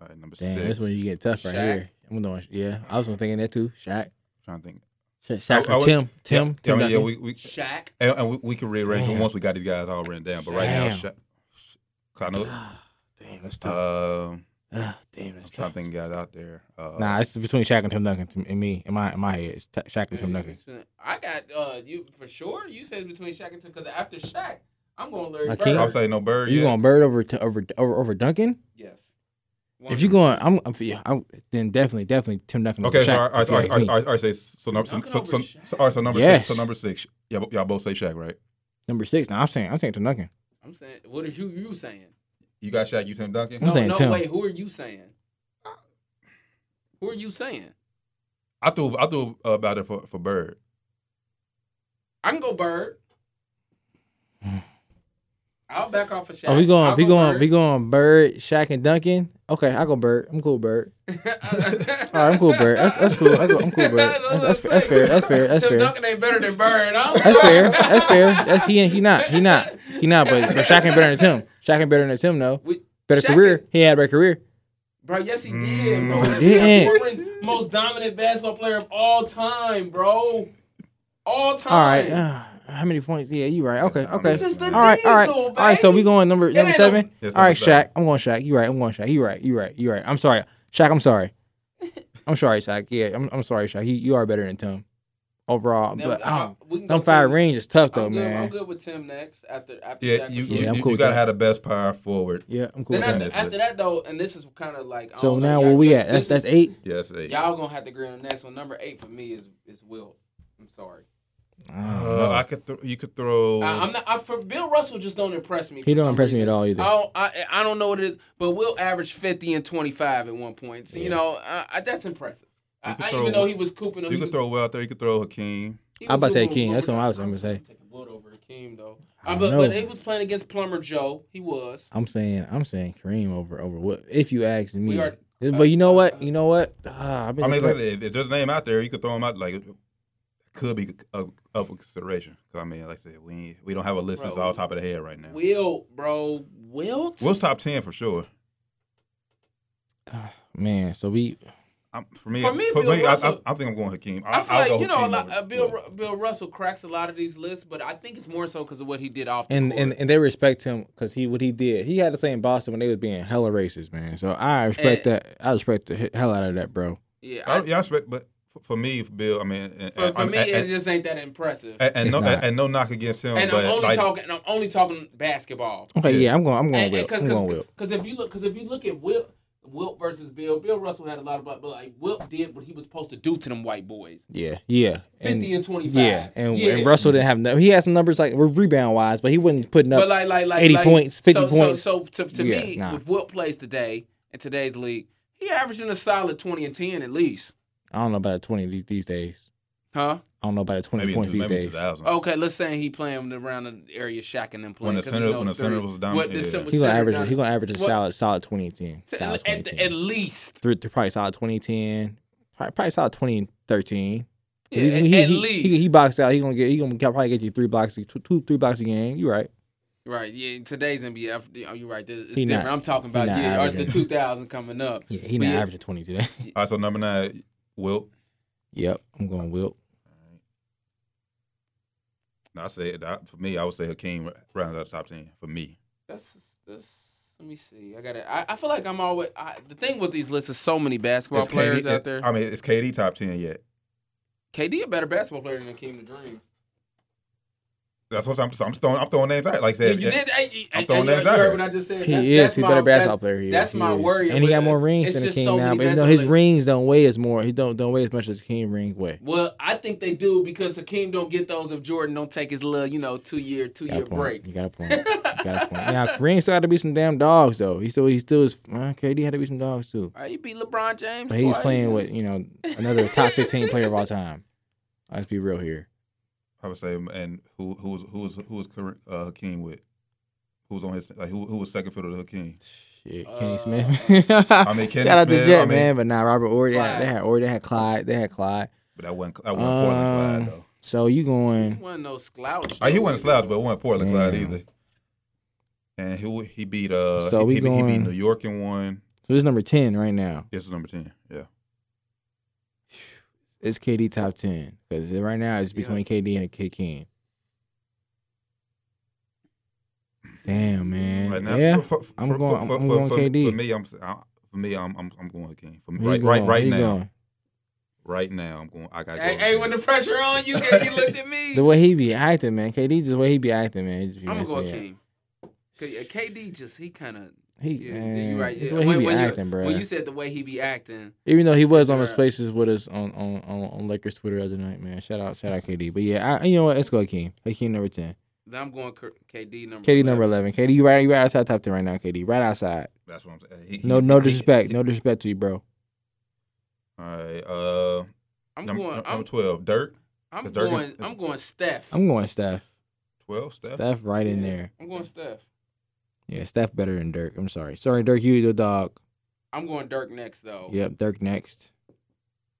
all right, number
Damn,
six.
this one you get tough right
Shaq.
here. I'm doing, yeah. I was thinking that too. Shaq,
trying to think.
Sha- Shaq,
I
or
would-
Tim, Tim,
Yeah, I
Tim.
mean, yeah,
Duncan.
we, we
Shaq.
and, and we, we can rearrange them
Damn.
once we got these guys all written down. But right
Damn.
now, Sha- Sha- 'cause
damn, that's
I know.
tough.
Um,
Ah, damn,
I'm
that's
trying
tough.
to think of guys out there. Uh,
Nah, it's between Shaq and Tim Duncan to- and me. In my in my head, it's t- Shaq and Tim Duncan.
I got uh you for sure. You said between Shaq and Tim because after Shaq, I'm going Larry
Hakeem?
I'll
Bird.
say no bird.
You
yet.
going Bird over to, over over over Duncan?
yes.
If you going, I'm, I'm, yeah, I'm then definitely definitely Tim Duncan. over
Okay, so
Shaq,
all right,
if
all
you
right,
ask
all right,
me.
all right, all right, say so number so,
Duncan
so,
over
so,
Shaq?
so, all right, so number
Yes.
six, so number six. Y'all, y'all both say Shaq, right?
Number six. Now I'm saying I'm saying Tim Duncan.
I'm saying, what are you you saying?
You got Shaq, you Tim Duncan.
I'm
no,
saying
no,
Tim.
wait. Who are you saying? Who are you saying?
I threw I threw uh, about it for for Bird.
I can go Bird. I'll back off of Shaq.
Oh, we
I'll
going, we
go
going,
Bird.
we going Bird, Shaq, and Duncan. Okay, I go Bird. I'm cool, Bird. All right, I'm cool, Bird. That's, that's cool. I go, I'm cool, Bird. That's, that's, that's fair. That's fair. That's
Tim
fair.
Duncan ain't better than Bird. I'm
That's fair.
sorry.
That's fair. That's he. ain't- He not. He not. He not. But, but Shaq ain't better than Tim. Shaq ain't better than Tim though.
We-
Better
Shaq
career. He had a better career.
Bro, yes he did, bro.
Mm. he
He's the
didn't.
foreign most dominant basketball player of all time, bro. All time.
All right. Uh, how many points? Yeah, you right. Okay. Okay.
This is the
All right. All right.
diesel,
All right. So we
baby.
going number
It
number
ain't
seven.
no- Yes,
All right,
number seven.
Shaq. I'm going Shaq. You right. I'm going Shaq. You right. You right. You right. I'm sorry, Shaq. I'm sorry. I'm sorry, Shaq. Yeah, I'm, I'm sorry, Shaq. You you are better than Tim overall,
Now,
but
I-
oh,
we can go
Them fire
Tim.
range is tough though,
I'm good,
man.
I'm good with Tim next after after
Yeah,
Shaq
you
was
Yeah,
you,
done.
I'm
you,
cool
you
with
gotta
that.
have the best power forward.
Yeah, I'm cool.
Then
I'm
With that.
after,
Goodness,
after
look.
that though, and this is kind of like I
So
don't know,
now
y'all-
where we
this-
at? That's
this
that's
is-
eight.
Yes, eight.
Y'all gonna have to agree on the next one. Number eight for me is is Will. I'm sorry.
I don't
Uh,
know.
I could throw. You could throw.
I, I'm not. I, for Bill Russell just don't impress
he
me. for
don't
some
impress me at
reason.
all either.
I don't, I, I don't know what it is, but Will averaged 50 and 25 at one point. So, you know, I, I, that's impressive. I,
You could
I
throw-
even though he was cooping.
you
he
could
was,
throw well out there. You could throw Hakeem.
He
I about to say
doing-
Akeem. That's what I was gonna say.
Take the blood over Akeem though.
I
Uh, but,
know.
but he was playing against Plumber Joe. He was.
I'm saying I'm saying Kareem over over what if you ask me.
We are-
but you know what? You know what? Ah, I've been
I mean, it's like, if, if there's a name out there, you could throw him out. Like, could be up up for consideration. 'Cause, I mean, like I said, we ain't- we don't have a list that's
Bro,
all top of the head right now.
Wilt, bro. Wilt.
Will's top ten for sure.
man. So we
I'm, for me,
For me,
for
Bill
me, I, I,
Russell-
I think I'm going Hakeem. I,
I feel
I'll go
like you know a
Hakeem
lot,
over
uh, Bill
Will.
Ru- Bill Russell cracks a lot of these lists, but I think it's more so because of what he did off the
and
court.
and, and they respect him because he what he did. He had to play in Boston when they was being hella racist, man. So I respect
Eh.
that. I respect the he- hell out of that, bro.
yeah, I,
I, yeah, I respect, but for, for me, Bill, I mean, and,
for,
and-
for me
and,
it just ain't that impressive.
and- and
It's
no,
not.
and no knock against him,
and
but
I'm only
like,
talking. I'm only talking basketball.
Okay,
Yeah.
yeah, I'm going. I'm going
And-
Will.
and
I'm going Will.
Because if you look, because if you look at Wilt, Wilt versus Bill, Bill Russell had a lot of, but like Wilt did what he was supposed to do to them white boys.
Yeah, yeah.
50 and 25.
Yeah, and,
Yeah.
and Russell didn't have no. He had some numbers like rebound wise, but he wasn't putting up.
But like, like, like,
80
like-
points, 50
so,
points.
So, so to, to
Yeah,
me,
nah.
with Wilt plays today in today's league, he averaging a solid twenty and ten at least,
I don't know about twenty these, these days.
huh?
I don't know about twenty
maybe,
points
maybe
these days.
2000.
Okay, let's say he playing around the area Shaq and them
When
playing.
the
'cause he
center-
knows
when the
three-
center was down,
what the
yeah.
center-
He's gonna
center
average.
down-
He's gonna average a
What-
solid, solid twenty and ten.
to-
Solid twenty
at,
and
the-
ten.
at least.
Thr- thr- probably solid twenty and ten. Probably, probably solid twenty and thirteen. 'Cause
Yeah,
he,
at,
he,
at
he-
least.
he, he boxed out. He gonna get. He gonna probably get you three blocks, two, two three blocks a game. You right?
right. Yeah. Today's NBA. Oh, you're right. This, it's
He not-
different. I'm talking about
not
yeah, or the
averaging.
2000 coming up.
Yeah, he
But
not
yeah.
averaging twenty today.
All right, so number nine, Wilt.
yep, I'm going Wilt.
No, I say I- for me, I would say Hakeem rounds out the top ten for me.
That's that's. Let me see. I got to I, I feel like I'm always. I, the thing with these lists is so many basketball
Is KD
players
it-
out there.
I mean, it's KD top ten yet.
KD a better basketball player than Akeem the Dream.
That's what I'm. I'm throwing. I'm throwing names out. Like I said,
you
yeah,
did. Hey, hey,
I'm
hey,
throwing
you
names
heard- you
out
heard
here.
what I just said.
He
That's-
is.
that's
He's a
my-
better basketball
that's-
player. He is.
that's
He
my
is.
worry
And he got
with
more
it.
rings
It's
than
just
King
so
now.
many
But you know his
basketball-
rings don't weigh as more. He don't don't weigh as much as King ring weigh.
Well, I think they do because Hakeem don't get those if Jordan don't take his little, you know, two year, two
Got a
year
point.
break.
You got a point. You got a point. Now Kareem still had to be some damn dogs though. He still he still is. Uh, KD had to be some dogs too.
All right, you beat LeBron James.
But he's
twice.
playing with you know another top fifteen player of all time. Let's be real here.
I would say, and who who was who was who was current, uh, Hakeem with? Who was on his like? Who, who was second fiddle to Hakeem?
Shit, Kenny Smith.
I mean, Kenny
Shout out
Smith,
to Jet
I mean-
man, but not Robert Ord. They had,
Clyde.
they had Ord. They had Clyde. They had Clyde.
But that wasn't that wasn't Portland
Um,
Clyde though.
So you
He
going?
wasn't no slouch.
Oh,
Like, he wasn't
though,
slouch, but it wasn't Portland Clyde
Damn.
either. And he he beat uh
So
he,
we
he, beat- he beat
going-
New York in one.
So this is number ten right now.
This is number ten. Yeah.
It's KD top ten because right now it's between KD and Hakeem. Damn man.
Right now,
yeah.
for, for,
I'm
for,
going-
for,
I'm
for,
going
for,
KD.
for me, I'm I, for me, I'm I'm, I'm going Hakeem. For me,
Where
right,
you
right,
going?
right
Where you
now,
going?
right now, I'm going. I got.
man. Hey, hey, when the pressure on you, you looked at me.
The way he be acting, man. KD just the way he be acting, man. he just be
I'm gonna
messing
go
me up.
Akeem. 'Cause, yeah, KD just he kind of
He,
yeah,
man,
you right.
it's
yeah.
the way he
When-
be
when you-
acting, bro.
When you said the way he be acting,
Even though he was on the
Right.
spaces with us on on on, on Lakers Twitter the other night, man. Shout out, shout out, KD. But yeah, I, you know what? Let's go, Hakeem. Hakeem number ten.
then I'm going K- KD number.
KD number eleven. KD, you right, you right outside top ten right now. KD, right outside.
That's what I'm saying. He-
No,
he-
no
he-
disrespect,
he-
no disrespect to you, bro.
All right. Uh,
I'm
number,
going.
number
I'm,
twelve. Dirk.
I'm
Dirk
going.
is-
I'm going Steph.
I'm going Steph.
Twelve. Steph.
Steph, right in
Yeah,
there.
I'm going Steph.
Yeah, Steph better than Dirk. I'm sorry, sorry, Dirk. You the dog.
I'm going Dirk next though.
Yep, Dirk next.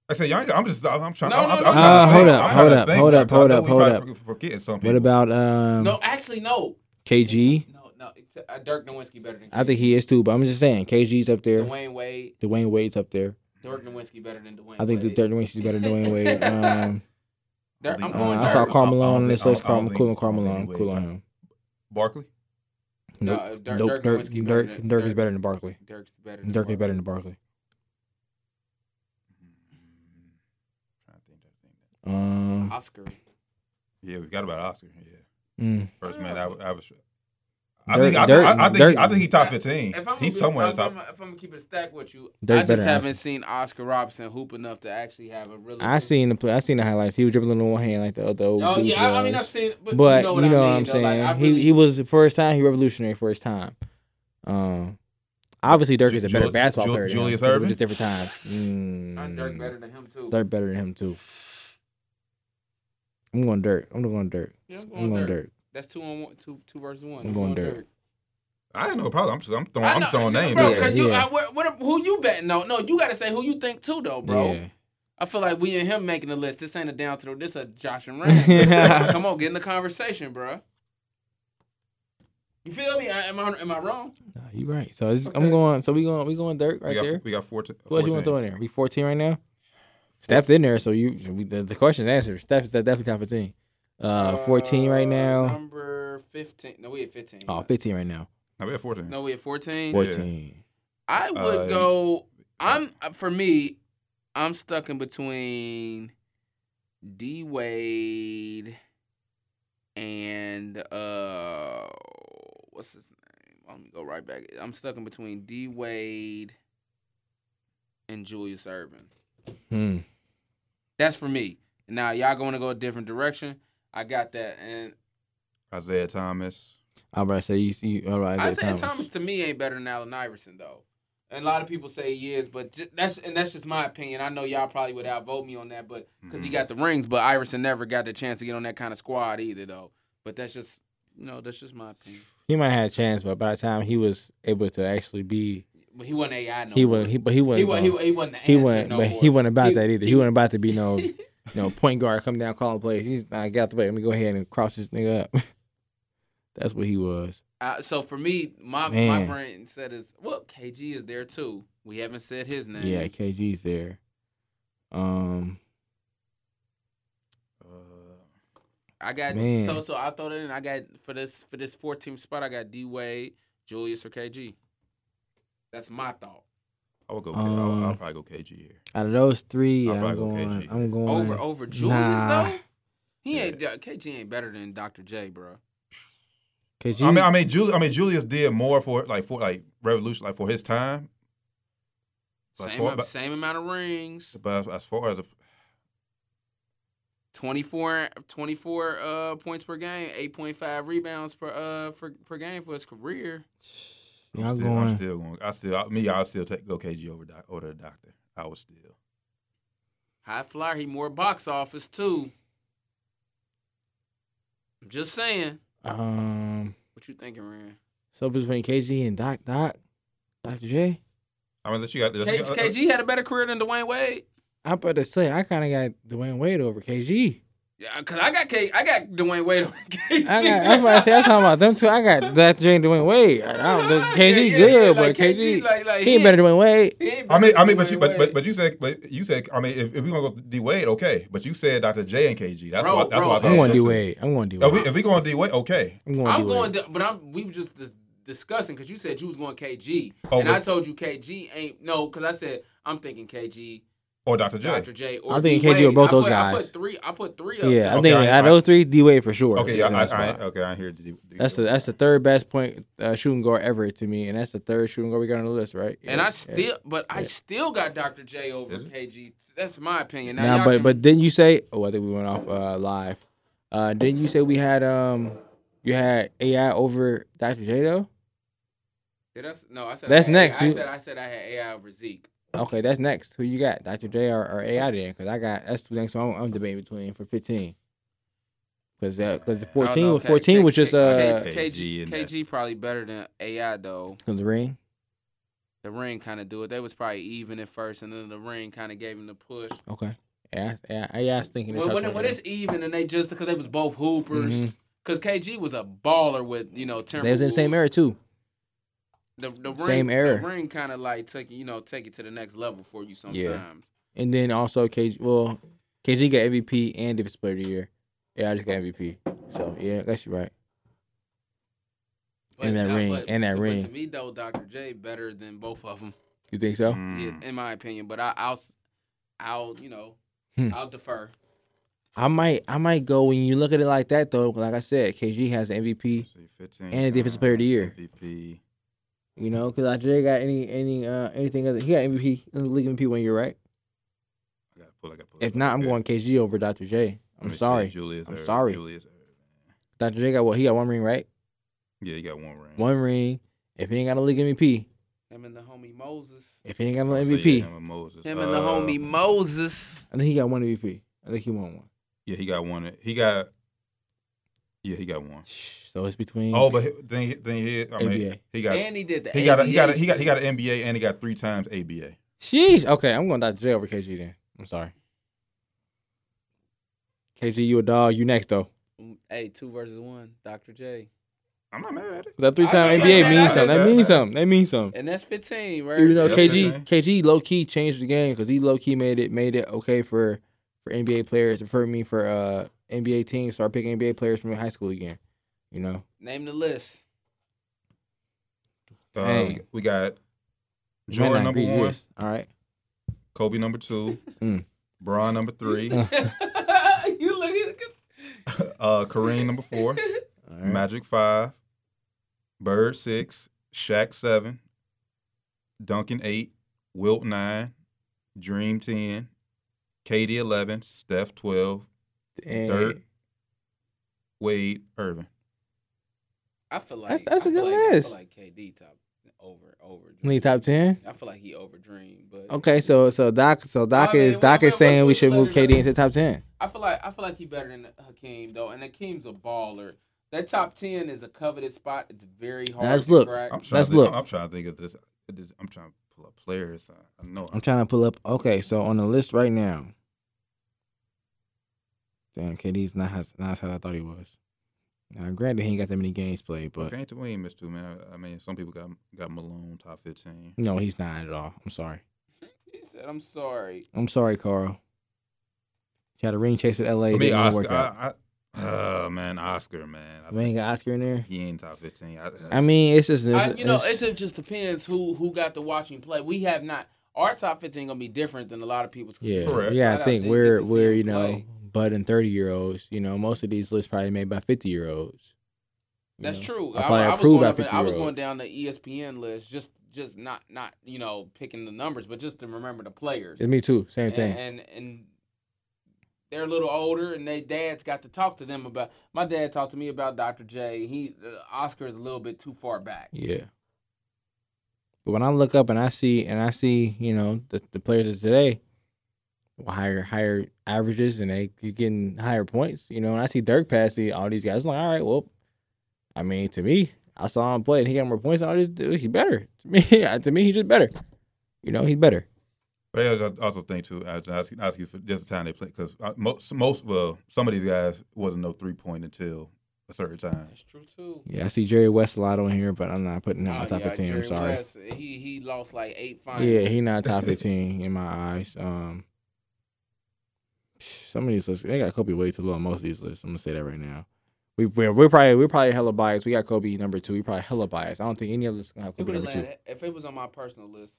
I said, y'all. ain't- I'm just. I'm, I'm trying.
No,
I'm,
no,
I'm,
no,
I'm
no,
trying
no,
to
hold
think.
up,
I'm
hold
trying to
up,
think,
hold up,
because I
hold
know
up,
we
hold
probably for- Forgetting something.
What about um
No, actually, no.
KG?
No, no. It's, uh, Dirk Nowitzki better than.
I think he is too, but I'm just saying KG's up there.
Dwayne Wade.
Dwayne Wade's up there.
Dirk Nowitzki better than Dwayne.
I think that
Wade.
Dirk Nowitzki's better than Dwayne Wade. Um,
Dirk- I'm
Uh,
going.
uh,
Dirk.
I saw
Carl-
Carl
I don't
Malone on
think-
this list.
I don't- I
Carl,
don't
cool on
think-
Carl
I don't think
Malone.
Wade
Cool on
better.
him.
Barkley?
No,
Nope.
Dirk-
nope.
Dirk
Dirk,
Nowitzki better
Dirk,
than-
Dirk is
Dirk-
better than Barkley.
Dirk's better. Than
Dirk is better
Barkley.
than Barkley.
Mm-hmm. Trying to think, trying to think.
Um,
Oscar.
Yeah, we got about Oscar. Yeah,
mm,
first man.
Yeah.
I, I was. I
Dirk-
think. I,
Dirk-
think, I, I, think
Dirk-
he, I think he top fifteen.
If I'm
He's
gonna be-
somewhere in
if
the top.
I'm, if I'm gonna keep it a stack with you,
Dirk
I
better
just
than
haven't seen Oscar Robinson hoop enough to actually have a really.
I
good-
seen the play. I seen the highlights. He was dribbling on one hand like the other old.
Oh
dudes
yeah, I, I mean I've
was.
seen, but,
But
you know what, I mean,
am
though,
saying
like, I
he
really-
he was the first time he revolutionary for his time. Um, obviously Dirk
Ju-
is a better
Ju-
basketball
Ju-
player. than him,
Julius
'cause it was
Erving?
just different times. Mm,
I'm Dirk better than him too.
Dirk better than him too. I'm going Dirk. I'm going Dirk.
Yeah, I'm
I'm
going
going
Dirk.
Dirk.
That's two on one, two two versus one.
I'm going Dirk.
I ain't no problem. I'm just I'm throwing
I
Oh, I'm
know,
just throwing names.
bro.
out there.
Cause you,
yeah.
I, what, what, who you betting? No, no, you got to say who you think too, though, bro.
Yeah.
I feel like we and him making the list. This ain't a down to the. This a Josh and Rand. Come on, get in the conversation, bro. You feel me? I, am I am I wrong?
Nah, you right. So it's,
Okay.
I'm going. So we going. We going Dirk right
we got
there.
we got four. T-
Who else you want to throw in there? We 14 right now. Steph's in there, so you we, the, the question's answered. Steph's de- definitely top 15. Uh, 14 right
Uh,
now.
Number fifteen. No, we at fifteen.
Oh, 15 right now.
No, we got fourteen.
No, we at fourteen.
14.
I would
Uh,
go. I'm uh, for me. I'm stuck in between D Wade and uh, what's his name? Let me go right back. I'm stuck in between D Wade and Julius Irvin.
Hmm.
That's for me. Now y'all going to go a different direction. I got that, and
Isaiah Thomas.
All right, so you, you all right.
I
Isaiah
say Thomas.
Thomas.
to me ain't better than Allen Iverson though, and a lot of people say he is, but ju- that's and that's just my opinion. I know y'all probably would outvote me on that, but because he
Mhm.
got the rings, but Iverson never got the chance to get on that kind of squad either though. But that's just you know that's just my opinion.
He might have had a chance, but by the time he was able to actually be,
But he wasn't AI no
he
more.
was he, but he
he
wasn't.
wa-
going-
he, wa- he wasn't the
He
answer
wasn't,
no
but
more.
he wasn't about
He-
that either. He, wasn't about to be no, no point guard come down calling plays. He's I got the way. Let me go ahead and cross this nigga up. That's what he was.
Uh, so for me, my my
Man.
brain said is well KG is there too. We haven't said his name.
Yeah, KG's there. Um,
Uh,
I got
Man.
so so I throw that in. I got for this for this 14th spot. I got D Wade, Julius, or KG. That's my thought.
I would go. K- I'll, I'll
Um,
probably go KG here.
out of those three,
I'll
I'm,
probably go
going.
KG.
I'm going
Over over Julius
nah.
though. He
Yeah.
ain't uh, KG ain't better than Dr. J, bro.
KG.
I mean, I mean, Julius. I mean, Julius did more for like for like revolution, like for his time. But as
Same
far-
am-
but-
same amount of rings.
But as, as far as a,
24, 24 uh, points per game, eight point five rebounds per uh for, per game for his career.
Yeah, I'm
I'm, still, I'm
going-
still going. I still I, me. I'll still take go KG over doc, over the doctor. I would still.
High flyer, he more box office too. I'm just saying.
um,
What you thinking, Rand?
so between KG and Doc, Doc, Dr. J.
I mean, unless you got unless
K-
you got-
KG had a better career than Dwayne Wade.
I'm about to say I kind of got Dwayne Wade over KG.
Yeah, cause I got K. I got Dwayne Wade on KG.
I got. I'm about to say I'm talking about them two. I got Dr. J and Dwayne Wade. I don't, the, KG
Yeah, yeah,
good,
like
but KG,
like, like,
he ain't better than Dwayne Wade.
he ain't
uh, I mean,
better
I
than
mean, but you,
Dwayne
but, but
Wade.
but you said, but you said, I mean, if, if we gonna go D Wade, okay. But you said Dr. J and KG. That's
Bro,
what. Oh, That's
bro,
what I thought.
I'm going
too.
D Wade. I'm going D
If we
Wade.
if we going D Wade, okay.
I'm going.
I'm
D-Wade.
going, to, but I'm. We were just dis- discussing because you said you was going KG,
Oh,
and
but-
I told you KG ain't no. Cause I said I'm thinking KG,
Or Dr. J.
Dr. J, or
I'm thinking
D-Wade.
KG or both
I put,
those
I put
guys.
three. I put three. Up
Yeah,
there.
I
Okay,
think
I-
out of
I-
those three, D Wade for sure.
Okay,
is
yeah,
in
I,
that spot.
I, okay, I hear D. D-
That's the that's the third best point uh, shooting guard ever to me, and that's the third shooting guard we got on the list, right?
and
Yeah,
I
yeah.
still, but I still got Dr. J over
Is it?
KG. That's my opinion. Now,
now,
y'all
but
can-
but didn't you say? Oh, I think we went off uh, live. Uh, didn't you say we had um you had AI over Dr. J though?
Did I s- no, I said
That's
I had
next.
AI. I
You-
said I said I had AI over Zeke.
Okay, that's next. Who you got, Dr. J or, or AI then? Because I got that's the next one I'm, I'm debating between for 15. Because because the 14
Oh, no,
was
K-
14
K-
was just
K-
uh
K-
KG
KG,
and
KG probably better than AI though.
'cause the ring.
The ring kind of do it. They was probably even at first, and then the ring kind of gave him the push.
Okay, AI, AI, AI is thinking. they
When,
touch
when,
right
when
now.
it's even, and they just because they was both hoopers.
Mhm.
Because KG was a baller with you know.
they was in the same
Timberwolves.
era too.
The, the ring,
Same era.
The ring kind of like take you know take it to the next level for you sometimes.
Yeah. And then also KG. Well, KG got MVP and Defensive Player of the Year. Yeah, I just got MVP. So yeah, that's right. And that
uh,
ring, and that
but
ring.
To me though, Dr. J better than both of them.
You think so?
Mm.
in my opinion. But I, I'll s- I'll you know
Hmm.
I'll defer.
I might, I might go when you look at it like that though. Like I said, KG has the MVP.
Let's see, 15
And a Defensive Player of the Year.
MVP.
You know, because I did got any, any, uh, anything other. He got MVP, uh, league MVP one year, right?
I gotta pull. I gotta pull.
If not, I'm going KG over Dr. J. I'm sorry,
Julius.
I'm
Erving,
sorry.
Julius. Erving.
Dr. J got what? He got one ring, right?
Yeah, you got one ring.
One ring. If he ain't got a league MVP,
Him and the homie Moses.
if he ain't got no
So, yeah,
MVP,
him and Moses.
Him and the
Uh,
homie Moses.
I think he got one MVP. I think he won one.
Yeah, he got one. He got. Yeah, he got one.
So it's between.
Oh, but he- then he- then he I mean
ABA.
he got
and he did the.
he got a, he got a,
ABA
he got he
shit.
got an NBA and he got three times ABA.
Sheesh. Okay, I'm going to Dr. J over KG then. I'm sorry. KG, you a dog. You next though.
Hey, two versus one, Dr. J,
I'm not mad at it.
That three
I
time
know,
NBA
man,
means
I
something. That
know.
means something. That means something.
and that's fifteen, right?
You know,
Yep,
KG
man.
KG low key changed the game because he low key made it made it okay for for NBA players for me for uh NBA teams start picking NBA players from high school again. You know,
Name the list.
Uh,
Dang.
we got
You might not
Jordan number
agree to
one,
this. All right,
Kobe number two,
Mm.
Braun number three,
you look
uh, Kareem number four,
all right.
Magic five, Bird six, Shaq seven, Duncan eight, Wilt nine, Dream ten, KD eleven, Steph twelve,
And
Dirk. Wade Irvin.
I feel like
That's- that's
a
a good list.
I feel like KD top over over.
lead top ten.
I feel like he overdreamed, but
Okay, so so Doc so Doc
I mean,
is Doc
we- we-
is saying
we-
we should
we
move
let it
KD
go.
into top ten.
I feel like I feel like he better than Hakeem though, and Hakeem's a baller. That top ten is a coveted spot. It's very hard.
Let's
to
look.
crack.
I'm trying
Let's
to think,
look.
I'm trying to think of this. of this- I'm trying to pull up players. I, I know.
I'm trying to pull up. Okay, so on the list right now. Damn, KD's not as not as hot as I thought he was. Now, granted, he ain't got that many games played, but
okay, we ain't missed two man. I, I mean, some people got got Malone top fifteen.
no, he's not at all. I'm sorry.
He said, "I'm sorry."
I'm sorry, Carl. She had a ring chase with
For
LA.
me,
didn't
Oscar.
work out.
I, I, uh, man, Oscar, man. I
we ain't got Oscar in there.
think he ain't top fifteen. I,
I mean, it's just it's,
I, you know,
it's-
it just depends who who got to watch him play. We have not. Our top fifteen gonna be different than a lot of people's. 'cause
yeah,
people
Correct.
yeah.
flat
I
out
think
didn't
we're
get to see
we're
him
you know
play.
budding thirty year olds. You know, most of these lists probably made by fifty year olds.
That's true.
I
I,
probably
I was
approved
going
our
up and- I was
50-year-olds.
going down the E ESPN list, just just not not you know picking the numbers, but just to remember the players.
me too. Same
and,
thing.
and and they're a little older, and they dads got to talk to them about. My dad talked to me about Dr. J. He uh, Oscar is a little bit too far back.
Yeah. But when I look up and I see and I see, you know, the, the players of today with higher higher averages and they you getting higher points, you know, and I see Dirk pass the, all these guys, I'm like, all right, well, I mean, to me, I saw him play and he got more points than all these dudes. He better. To me, to me, he's just better. You know, he's better.
But I also think too, I was asking, asking for just the time they played because most, most well, some of these guys wasn't no three point until a certain time.
That's true too.
Yeah, I see Jerry West a lot on here, but I'm not putting him on
Oh,
top
yeah,
15. I'm
Jerry
sorry.
West, he he lost like eight finals.
Yeah, he not top fifteen in my eyes. Um, some of these lists they got Kobe way too low on most of these lists. I'm gonna say that right now. We we're, we're probably we're probably hella biased. We got Kobe number two. We probably hella biased. I don't think any of us gonna have
He
Kobe
would have
number two.
landed if it was on my personal list.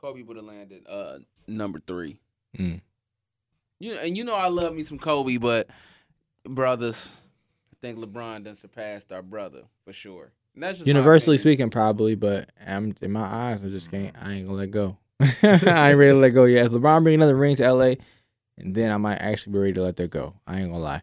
Kobe would have landed uh, number three.
Mm.
You and you know I love me some Kobe, but brothers, I think LeBron done surpassed our brother for sure. And that's just my
Universally
opinion.
speaking, probably, but I'm in my eyes. I just can't. I ain't gonna let go. I ain't ready to let go yet. If LeBron bring another ring to LA, and then I might actually be ready to let that go. I ain't gonna lie,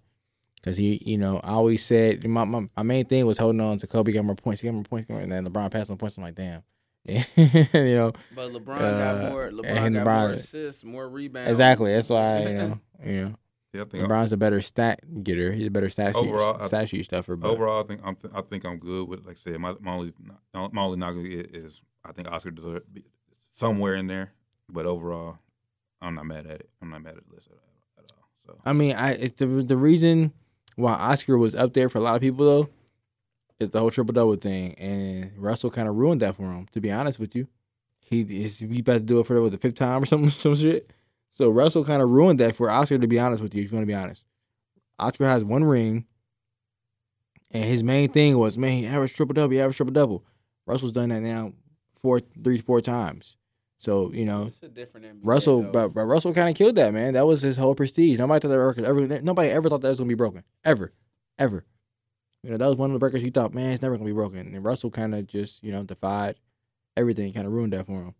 because he, you know, I always said my, my my main thing was holding on to Kobe. Got more points. He got more points. And then LeBron passed more points. I'm like, damn. you know
But LeBron
Uh,
got more. LeBron
and
got more
LeBron-
assists, more rebounds.
exactly. That's why you know you know
Yeah, I think
LeBron's a better stat getter. He's a better stat sheet,
Overall, I-
stat sheet stuffer. But
overall, I think I'm th- I think I'm good with like I said. My, my only my only knock is, is I think Oscar deserved to be somewhere in there, but overall, I'm not mad at it. I'm not mad at the list at, at all. So
I mean, I it's the the reason why Oscar was up there for a lot of people though is the whole triple double thing, and Russell kind of ruined that for him. To be honest with you, he is he about to do it for what, the fifth time or some some shit. So Russell kind of ruined that for Oscar. To be honest with you, if you want to be honest, Oscar has one ring, and his main thing was man, he averaged triple double, he averaged triple double. Russell's done that now four, three, four times. So you know
it's a different NBA,
Russell,
though.
but, but Russell kind of killed that man. That was his whole prestige. Nobody thought that record ever. Nobody ever thought that was gonna be broken. Ever, ever. You know that was one of the records you thought, man, it's never gonna be broken. And Russell kind of just you know defied everything. Kind of ruined that for him.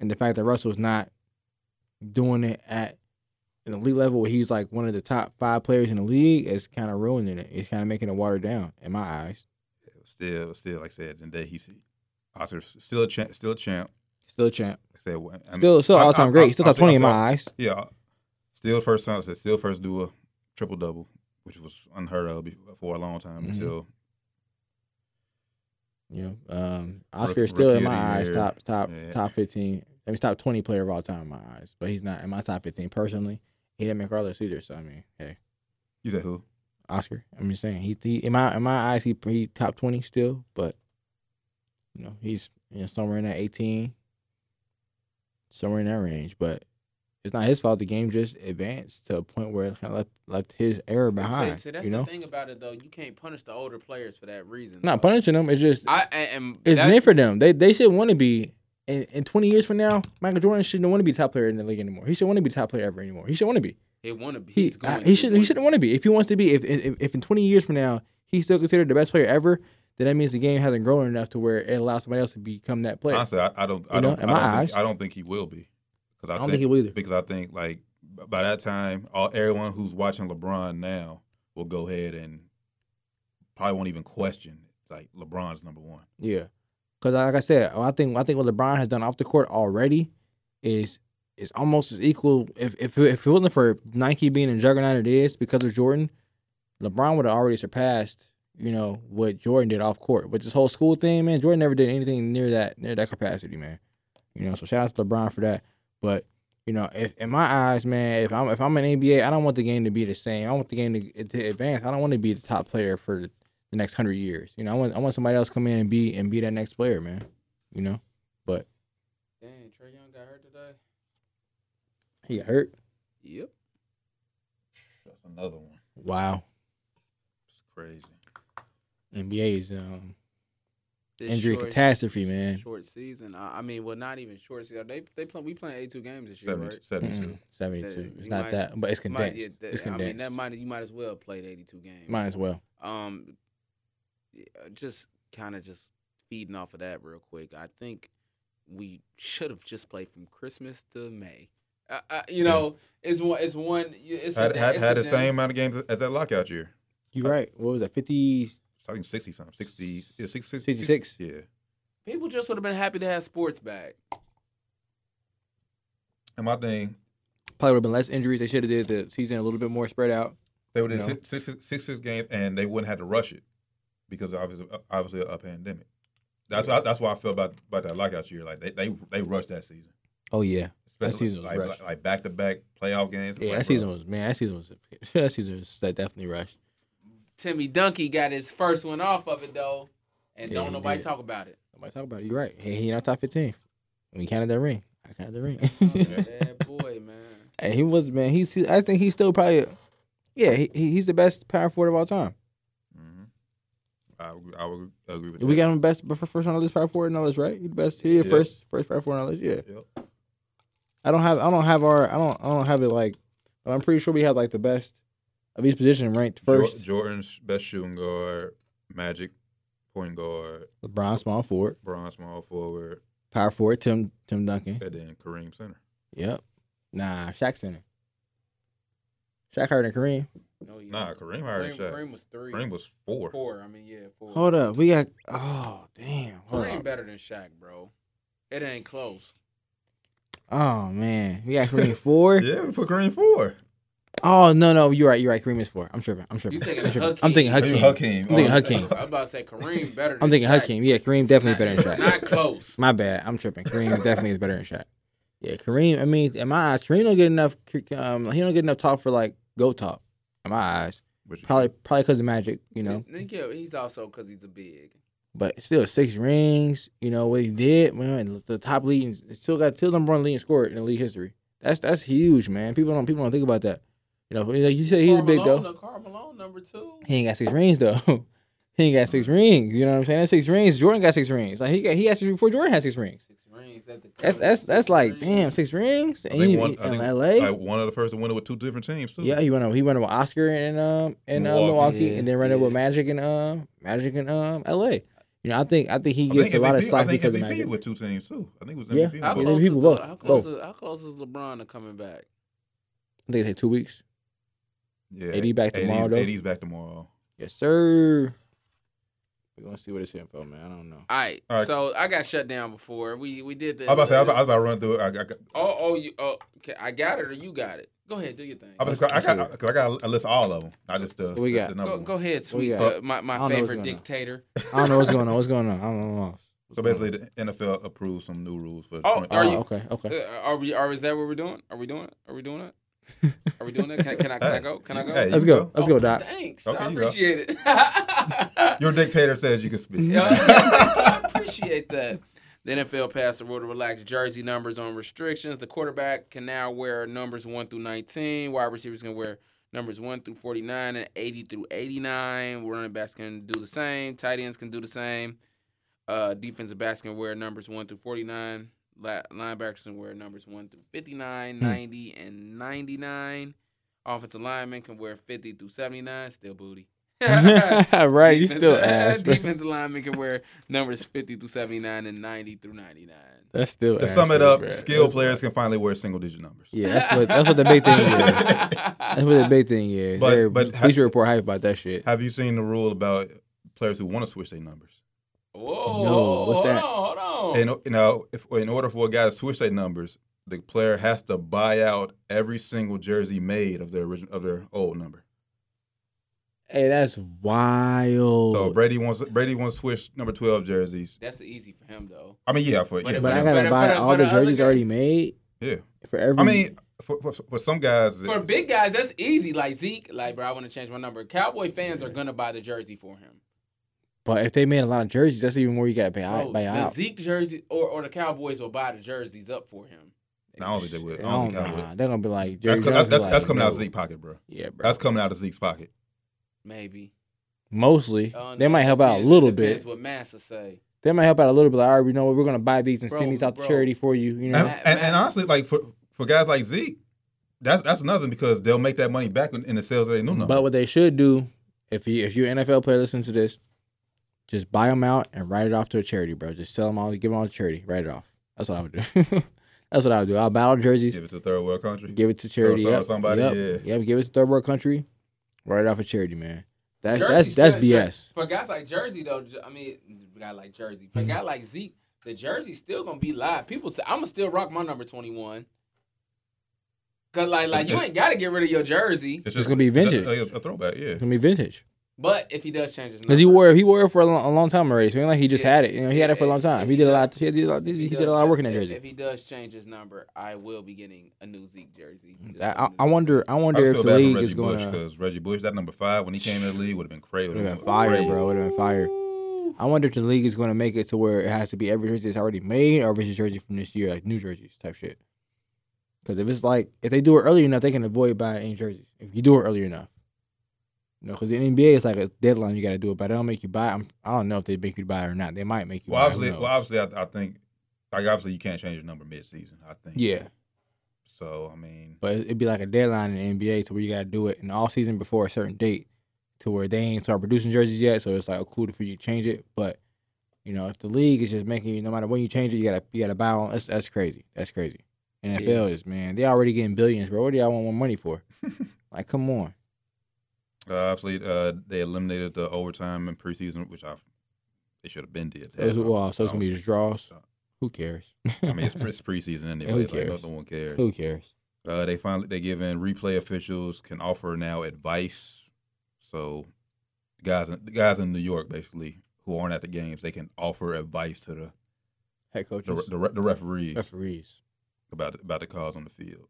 And the fact that Russell's not doing it at an elite level, where he's like one of the top five players in the league, is kind of ruining it. It's kind of making it watered down in my eyes.
still, still like I said, and then he Oscar's still a champ, still a champ.
Still a champ.
Like I said, I mean,
still, still
I-
all time
I-
great.
I-
still
I
top
think-
twenty in
I
my
think-
eyes.
Yeah, still first time. Still first duo, triple double, which was unheard of before, for a long time
Mhm.
until
Yeah. Um,
Rook-
Oscar's still
rookie
in
of
my
the
eyes,
year.
top top
Yeah.
top fifteen. I mean, top twenty player of all time in my eyes, but he's not in my top fifteen personally. He didn't make Carlos either, so I mean, hey,
you said who?
Oscar. I'm just saying he, he in my in my eyes he he top twenty still, but you know he's you know somewhere in that eighteen, somewhere in that range. But it's not his fault. The game just advanced to a point where it kind of left left his error behind.
See, see, that's
you
the
know,
thing about it though. You can't punish the older players for that reason.
not
though.
punishing him. It's just
I am.
It's meant for them. They they should want to be. In, in 20 years from now, Michael Jordan shouldn't want to be the top player in the league anymore. He shouldn't want to be the top player ever anymore. He shouldn't want to be.
He want to be.
He
he's going
I- he
to
shouldn't he
one
shouldn't want to be. If he wants to be, if, if if in 20 years from now he's still considered the best player ever, then that means the game hasn't grown enough to where it allows somebody else to become that player.
Honestly, I, I don't. I
You know,
don't.
in
I,
my
don't
eyes-
think, I don't think he will be. Because
I don't think he will either.
Because I think like b- by that time, all everyone who's watching LeBron now will go ahead and probably won't even question like LeBron's number one.
Yeah, because like I said, I think I think what LeBron has done off the court already is is almost as equal. If if if it wasn't for Nike being a juggernaut, it is because of Jordan. LeBron would have already surpassed you know what Jordan did off court. But this whole school thing, man, Jordan never did anything near that near that capacity, man. You know, so shout out to LeBron for that. But you know, if in my eyes, man, if I'm if I'm an NBA, I don't want the game to be the same. I want the game to, to advance. I don't want to be the top player for the the next hundred years. You know, I want I want somebody else to come in and be and be that next player, man. You know, but
Dang, Trey Young got hurt today.
he hurt.
Yep.
That's another one.
Wow,
It's crazy.
NBA is um,
This
injury
short-
catastrophe, man.
Short season. I, I mean, well, not even short season. They they play. We playing eighty two games this year,
70,
right?
72.
Mm-mm, Seventy-two.
That-
It's
you
not
might-
that, but it's
Might-
condensed.
yeah, that-
it's condensed.
I mean, that might you might as well played eighty two games.
might as well.
Um, yeah, just kind of just feeding off of that real quick. I think we should have just played from Christmas to May. Uh, uh, you know, it's one. It's one. It's a
Had,
da-
had,
it's a
had the
da-
same amount of games as that lockout year.
You're right. What was that? Fifty.
I think sixty something, sixty, yeah, 60,
66.
Yeah,
People just would have been happy to have sports back.
and my thing,
Probably would have been less injuries. They should have did the season a little bit more spread out.
They would have
No.
six, six, six, six games, and they wouldn't have to rush it because obviously, uh, obviously, a pandemic. That's why that's why I feel about about that lockout year. Like they they, they rushed that season,
Oh yeah,
especially
season was
like,
rushed.
like like back to back playoff games. It's
yeah.
like,
that
bro,
season was man. That season was that season was that definitely rushed.
Timmy Dunky got his first one off of it though, and
Yeah,
don't
he
nobody
did.
talk about it.
Nobody talk about it. You're right. Hey, he not top fifteen. We counted that ring. I counted the ring.
Oh, Bad boy, man.
And he was man. He's. he- I think he's still probably. Yeah, he, he- he's the best power forward of all time.
mhm. I would, I would agree with
We
that.
got him best for first on the list power forward knowledge, right? He the best. He the
Yeah.
first first power forward knowledge. Yeah.
Yep.
I don't have. I don't have our. I don't. I don't have it like. But I'm pretty sure we had like the best of each position ranked
Jor-
first.
Jordan's best shooting guard, Magic point guard,
LeBron small forward,
Bron small forward,
power forward. Tim Tim Duncan.
and then Kareem center.
Yep. Nah, Shaq center. Shaq harder than Kareem.
No, you
Nah, Kareem hired
Kareem,
Shaq.
Kareem was three.
Kareem was four.
four. I mean, yeah, four.
Hold up, we got. Oh damn. Hold
Kareem
up.
better than Shaq, bro. It ain't close.
Oh man, we got Kareem four.
Yeah, we put Kareem four.
Oh no no, you're right. You're right. Kareem is four. I'm tripping. I'm tripping.
You thinking
I'm,
of
tripping.
Hakeem?
I'm thinking
Who you, Hakeem.
Hakeem.
Oh,
I'm thinking
I'm about to
Hakeem.
say- I'm about to say Kareem better. Than
I'm thinking
Shaq.
Hakeem. Yeah, Kareem definitely
Not-
better than Shaq.
Not close.
My bad. I'm tripping. Kareem definitely is better than Shaq. Yeah, Kareem. I mean, in my eyes, Kareem don't get enough. Um, he don't get enough talk for like go talk. In my eyes,
Which is-
probably probably because of Magic, you know.
And yeah, he's also because he's a big.
But still, six rings. You know what he did, man. The top leading, still got still number one leading scorer in the league history. That's that's huge, man. People don't people don't think about that. You know, like you said he's
Karl
big
Malone,
though.
Karl Malone, number two.
He ain't got six rings though. he ain't got six rings. You know what I'm saying? That's six rings. Jordan got six rings. Like he got he had six before Jordan had six rings.
Six rings. That the
That's
cover,
that's
six
that's like
rings.
damn six rings
I
and
think
you-
one,
in
I think,
L.A.
like, one of the first to win it with two different teams too.
yeah, he went up. He went up with Oscar and um and uh,
Milwaukee.
Milwaukee,
Yeah,
and then ran up
yeah.
with Magic and um Magic and um L.A. You know, I think I think he gets a lot of
MVP
slack
I think
because of
MVP
Magic.
with two teams too. I think it was
Yeah.
MVP.
How
with
Yeah,
both.
close,
people
is
both,
the, how, close
both.
Is, how close is LeBron to coming back?
I think they take two weeks.
Yeah,
AD back tomorrow, though.
AD's back tomorrow.
Yes, sir. We're gonna see what it's here for, man. I don't know.
All right,
All right.
so I got shut down before. We we did the.
I was about to say, I was about, I was about to run through it. I, I, got-
oh, oh, you, oh, okay, I got it or you got it. Go ahead, do your thing.
I, was, I, got, I, got, I got a list of all of them, not just the,
What we
the-
got?
the number
Go,
one.
go ahead, sweet.
got?
uh, my
I
my
don't know what's
favorite
going on.
dictator.
I don't know what's going on. What's going on? I'm I'm lost. What's
So
going
basically, the NFL approved some new rules for.
Oh,
on?
are
Oh,
you-
okay? Okay.
Uh, are we? Are is that what we're doing? Are we doing it? Are we doing it? Are we doing it? Can, can I? Can I go? Can I go? Oh,
Hey, you
Let's
can
go. Let's go, Doc.
Thanks.
Okay,
I
you go.
appreciate it.
Your dictator says you can speak.
Yeah, I appreciate that. The NFL passed a rule to relax jersey numbers on restrictions. The quarterback can now wear numbers 1 through 19. Wide receivers can wear numbers 1 through 49 and 80 through 89. Running backs can do the same. Tight ends can do the same. Uh, defensive backs can wear numbers 1 through 49. La- linebackers can wear numbers 1 through 59, 90, and 99. Offensive linemen can wear 50 through 79. Still booty.
right, you still
Defensive-
ass. bro.
Defensive lineman can wear numbers 50 through 79 and 90 through 99.
That's still.
To
ass
sum it
bro,
up,
bro.
skilled players can finally wear single digit numbers.
Yeah, that's what that's what the big thing is. That's what the big thing is.
But-
They're-
but ha-
police report hype about that shit.
Have you seen the rule about players who want to switch their numbers?
Whoa,
No, what's
hold
that?
on,
Oh.
hold on.
And you know, if in order for a guy to switch their numbers, the player has to buy out every single jersey made of their original of their old number.
Hey, that's wild.
So Brady wants Brady wants to switch number twelve jerseys.
That's easy for him, though.
I mean, yeah, for yeah,
But
for
but I
them.
got-
gotta
for the-
buy
for the-
all
for
the
the other
jerseys
guy-
already made
yeah.
for every.
I mean, for, for, for some guys,
For big guys, that's easy. Like Zeke, like, bro, I want to change my number. Cowboy fans are going to buy the jersey for him.
but if they made a lot of jerseys, that's even more you gotta pay out.
Oh,
Bro,
Buy
the
out.
Zeke jersey or, or the Cowboys will buy the jerseys up for him.
I don't think they would. I
Oh,
don't think I would.
nah, they're gonna be like
That's,
Jerry
co- that's,
Jones
that's,
is like,
that's coming out of
no.
Zeke's pocket, bro.
Yeah, bro.
That's coming out of Zeke's pocket.
Maybe.
Mostly,
Uh,
they
no,
might help out a
depends-
little
depends
bit.
what Massa say.
They might help out a little bit. Like, all right, we know what we're gonna buy these and
Bro,
send these out
bro.
to charity for you. You
And,
know,
Matt-
and, and
Matt-
honestly, like for, for guys like Zeke, that's that's another thing because they'll make that money back in in the sales of their new number.
but what they should do, if you if you an NFL player listen to this, just buy them out and write it off to a charity, bro. Just sell them all, give them all to charity, write it off. That's what I would do. that's what I would do. I'll buy all the jerseys,
Give it to a third world country.
give it to charity.
some-
Yep,
somebody,
yep,
yeah.
yep, give it to third world country, write it off a charity, man. That's
Jersey
that's that's
still-
BS.
For guys like Jersey, though, Jer- I mean, a guy like Jersey, for a
Mm-hmm.
guy like Zeke, the jersey's still gonna be live. People say I'm gonna still rock my number 21. Cause like, like you ain't gotta get rid of your jersey.
It's
gonna be vintage.
just a, a throwback, yeah.
It's gonna be vintage.
But if he does change his number,
Cause he wore he wore it for a long, a long time already. So it ain't like he just
Yeah.
had it. You know, he had it for a long
Yeah,
time.
if
He
he
did a
does-
lot. He did, a lot-
if
he did
does
a lot of
change-
work in that
if-
jersey.
If he does change his number, I will be getting a new Zeke jersey. Just
Mm, I,
a
I
new-
wonder. I wonder
I
if
feel
the
bad
league
for
is
Reggie
going
Bush
to
because Reggie Bush, that number five, when he came into the league, would have been crazy. Would
would have been fire,
crazy.
bro. Would have been fire. I wonder if the league is going to make it to where it has to be every jersey that's already made or if it's a jersey from this year, like new jerseys type shit. Because if it's like if they do it early enough, they can avoid buying any jerseys. If you do it early enough, you know, because the NBA is like a deadline you got to do it, but they don't make you buy. I'm, I don't know if they make you buy it or not. They might make you.
Well,
buy. who
obviously,
knows?
well, obviously, I, I think, like, obviously, you can't change your number mid-season. I think.
yeah.
So I mean,
but it'd be like a deadline in the NBA to where you gotta do it in the off season before a certain date, to where they ain't start producing jerseys yet. So it's like oh, cool for you to change it, but you know if the league is just making you no matter when you change it, you gotta you gotta buy on. That's that's crazy. That's crazy. NFL is man, they already getting billions, bro. What do y'all want more money for? like, come on.
uh, obviously, uh, they eliminated the overtime in preseason, which I they should have been did.
So it's, well, so it's gonna be just draws.
don't-
Who cares?
I mean, it's, pre- it's preseason anyway.
Who
like, no-
cares?
no one cares.
Who cares?
Uh, they finally they giving replay officials can offer now advice. So the guys in, the guys in New York basically who aren't at the games, they can offer advice to the the,
Head coaches,
the, re- the referees
referees.
about about the calls on the field.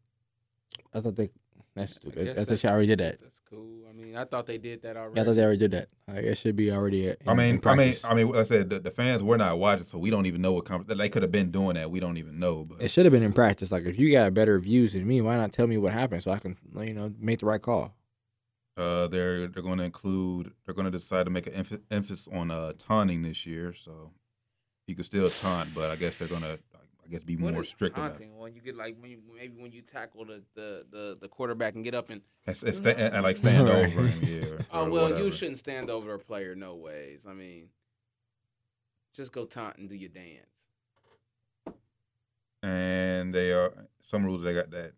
I thought they. That's
I
stupid.
guess
I thought
that's-
they already did that.
That's cool. I mean, I thought they did that already.
Yeah, I thought they already did that. Like, it should be already. in-
I
in
mean, I mean,
practice.
I mean, like I said the, the fans were not watching, so we don't even know what com- they could have been doing that. We don't even know, but
It should have been in practice. Like if you got better views than me, why not tell me what happened so I can you know make the right call?
uh, they're they're going to include they're going to decide to make an emph- emphasis on uh, taunting this year. So you could still taunt, but I guess they're going to I guess be
What
more
is
strict about it.
taunting? When you get like when you, maybe when you tackle the, the the the quarterback and get up and
And, s- and, sta- and, and, like stand
Right.
over him, yeah. or-
Oh
or
well,
whatever.
you shouldn't stand over a player, no ways. I mean, just go taunt and do your dance.
And they are some rules they got that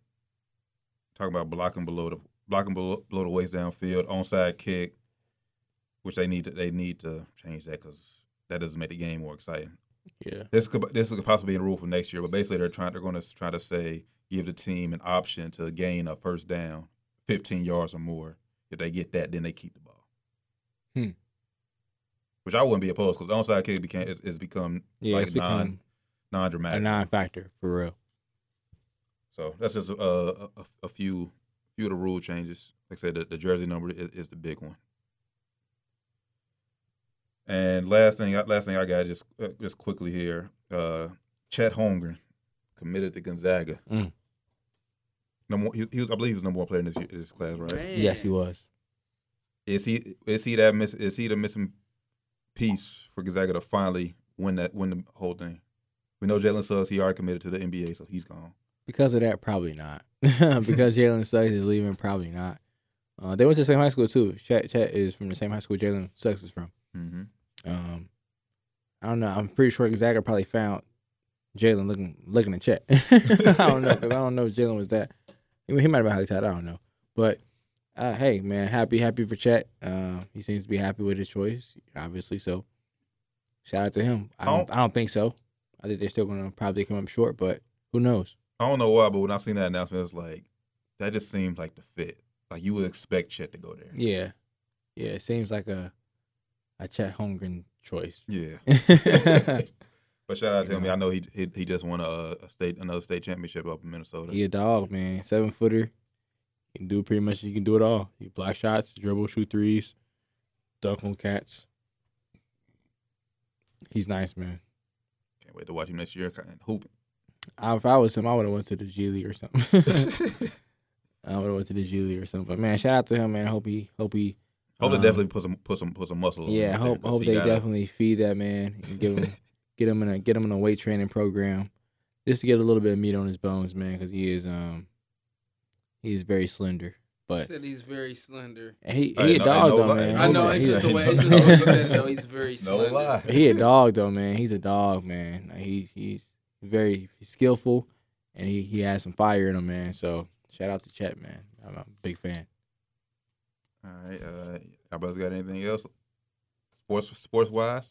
talking about blocking below the blocking below, below the waist downfield, onside kick, which they need to they need to change that because that doesn't make the game more exciting.
Yeah.
This could this could possibly be a rule for next year, but basically they're trying they're going to try to say give the team an option to gain a first down, fifteen yards or more. If they get that, then they keep the ball.
Hmm.
Which I wouldn't be opposed because onside kick became is, is become
Yeah,
like
it's
non
become
non
a
dramatic.
non factor for real.
So that's just uh, a, a, a few few of the rule changes. Like I said, the, the jersey number is, is the big one. And last thing, last thing I got just uh, just quickly here. Uh, Chet Holmgren committed to Gonzaga.
Mm.
Number one, he, he was, I believe he was number one player in this, year, this class, right?
Yes, he was.
Is he is he that miss, is he the missing piece for Gonzaga to finally win that win the whole thing? We know Jalen Suggs he already committed to the NBA, so he's gone.
Because of that, probably not. because Jalen Suggs is leaving, probably not. Uh, they went to the same high school too. Chet, Chet is from the same high school Jalen Suggs is from.
Mm-hmm.
Um, I don't know. I'm pretty sure Gonzaga probably found Jalen looking looking at Chet. I don't know because I don't know if Jalen was that. I mean, he might have been highly touted. I don't know. But uh, hey, man, happy happy for Chet. Uh, he seems to be happy with his choice, obviously. So shout out to him. I don't. I don't think so. I think they're still going to probably come up short, but who knows?
I don't know why, but when I seen that announcement, it's like that just seemed like the fit. Like you would expect Chet to go there.
Yeah, yeah. It seems like a a Chet Holmgren choice.
Yeah.
he
But shout out to him. I know he he, he just won a, a state another state championship up in Minnesota.
a dog, man. Seven footer. You can do pretty much. You can do it all. You block shots, dribble, shoot threes, dunk on cats. He's nice, man.
Can't wait to watch him next year and hooping.
I, if I was him, I would have went to the G League or something. I would have went to the G League or something. But man, shout out to him, man. Hope he, hope he,
hope they
Um,
definitely put some put some put some muscle. on him
yeah.
out
Hope,
there, 'cause
hope
he
they
gotta-
definitely feed that man and give him, get him in a, get him in a weight training program, just to get a little bit of meat on his bones, man, because he is, um, he is very slender. But
Said he's very slender.
He,
I
he a
know- I
dog
know
though,
li-
man.
I know
Jose-
it's
He's a-
just the
he's
way
a-
it's just the way you said it though. He's very
No
slender.
lie.
He a dog though, man. He's a dog, man. Like, he he's very skillful, and he he has some fire in him, man. So shout out to Chet, man. I'm a big fan.
All right. Uh, y'all brothers got anything else? Sports sports wise.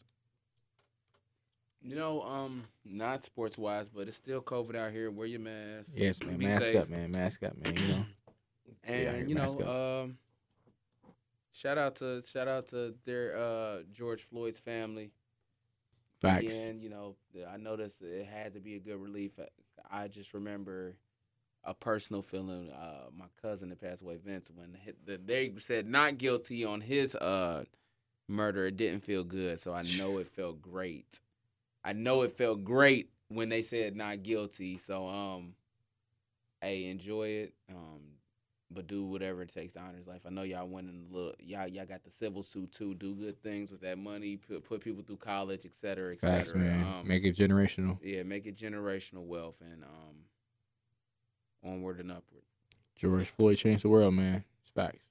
You know, um, not sports wise, but it's still COVID out here. Wear your mask.
Yes, man.
Be
Mask
safe.
up, man. Mask up, man. You know. Yeah, I hear
And you
mask
know, um, shout out to shout out to their uh, George Floyd's family.
Facts.
And you know, th- I noticed that it had to be a good relief. I- I just remember a personal feeling. Uh, my cousin that passed away, Vince, when hi- the, they said not guilty on his uh, murder, it didn't feel good. So I know it felt great. I know it felt great when they said not guilty. So um, hey, enjoy it. Um, but do whatever it takes to honor his life. I know y'all winning a little. Y'all y'all got the civil suit too. Do good things with that money. Put put people through college, et cetera, et
Facts,
cetera.
man.
Um,
Make it generational.
yeah, make it generational wealth and um, onward and upward.
George Floyd changed the world, man. It's facts.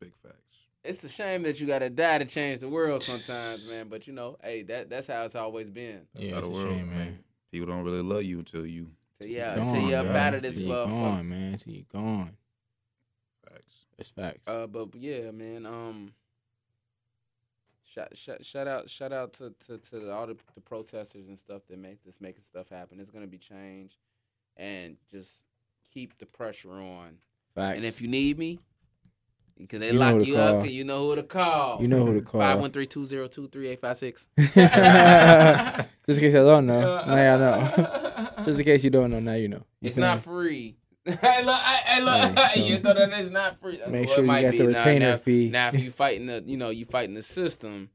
Big facts.
It's the shame that you gotta die to change the world sometimes, man. But you know, hey, that that's how it's always been.
Out
Yeah, it's
of
a
world,
shame,
man.
man.
People don't really love you until you
So yeah,
Gone,
until you up
bro.
out of this
Till you
motherfucker.
gone, man. Till you gone.
facts.
It's facts.
Uh, but yeah, man. Um, shout, shout, shout out, shout out to to, to all the, the protesters and stuff that make this making stuff happen. It's gonna be change, and just keep the pressure on.
facts.
And if you need me, because they
You know who
lock
to
you up,
call.
and you know who to call.
you know who to call.
Five one three two zero two three eight five six.
Just in case I don't know, now y'all know. Just in case you don't know, now you know. You
It's
feel me?
not free. hey, look, hey, look,
Right, so-
you thought that it's not free. Well,
Make
it
sure you
might
got
be.
the
Now-
retainer
now,
fee.
Now, if you fighting the, you know, you fighting the system,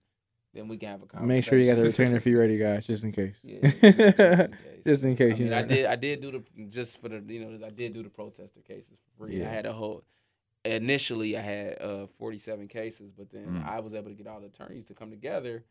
then we can have a conversation.
Make sure you got the retainer fee ready, guys, just in case.
Yeah, just in case.
just in
I
case. you
mean, I
know.
did, I did do the just for the, you know, I did do the protester cases for free. I
Yeah.
had a whole. Initially, I had uh, 47 cases, but then
Mm.
I was able to get all the attorneys to come together,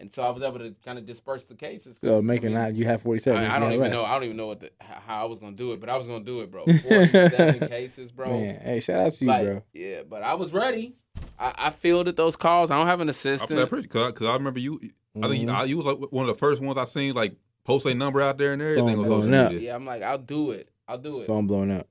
and so I was able to kind of disperse the cases. 'cause,
So
I
make it
mean,
not. You have forty-seven.
I, I don't
no
even
less.
know. I don't even know what the, h- how I was gonna do it, but I was gonna do it, bro. Forty-seven cases, bro.
Man, hey, shout out to you,
Like,
bro.
Yeah, but I was ready. I, I fielded those calls. I don't have an
I
assistant.
feel that pretty because I, remember you. I think you-
Mhm.
I, you was like one of the first ones I seen like post a number out there and everything
Phone
was social
blowing up.
media.
yeah, I'm like, I'll do it. I'll do it.
Phone blown up.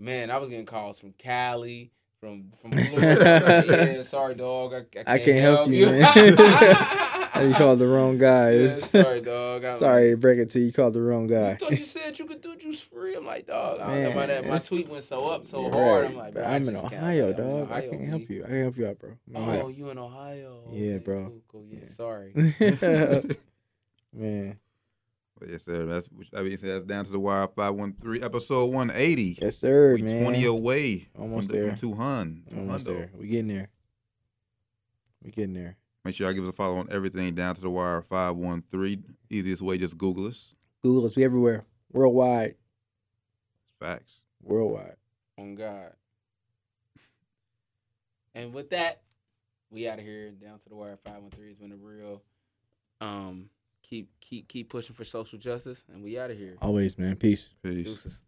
Man, I was getting calls from Cali from from Florida. yeah, sorry, dog. I, I, can't,
I can't help you, man. you called the wrong guy.
Yeah,
It's-
sorry, dog. I'm-
sorry, to break it to you. You called the wrong
You
guy.
thought you said you could do juice free. I'm like, dog. I don't know
Man,
why that. My
it's-
tweet went so up so
You're
hard.
right,
I'm like,
but
bro, I
I'm in
just can't.
Ohio,
I'm in
dog. I
Ohio,
can't help
B.
you. I can help you out, bro. I'm in
Oh,
Ohio.
you in Ohio?
Yeah,
Okay,
bro.
cool, cool. Yeah,
Yeah.
sorry.
man,
But yes, sir. That's which I mean, that's down to the wire. Five one three, episode one eighty.
yes, sir,
we
man.
twenty away.
Almost
from the-
there.
From two hun.
Almost there. We getting there. We getting there.
Make sure y'all give us a follow on everything down to the wire. Five one three. Easiest way, just Google us.
Google us. We everywhere. Worldwide.
Facts.
Worldwide.
On God. And with that, we out of here. Down to the wire. Five one three has been a real. Um, keep keep keep pushing for social justice, and we out of here.
Always, man. Peace.
Peace.
Deuces.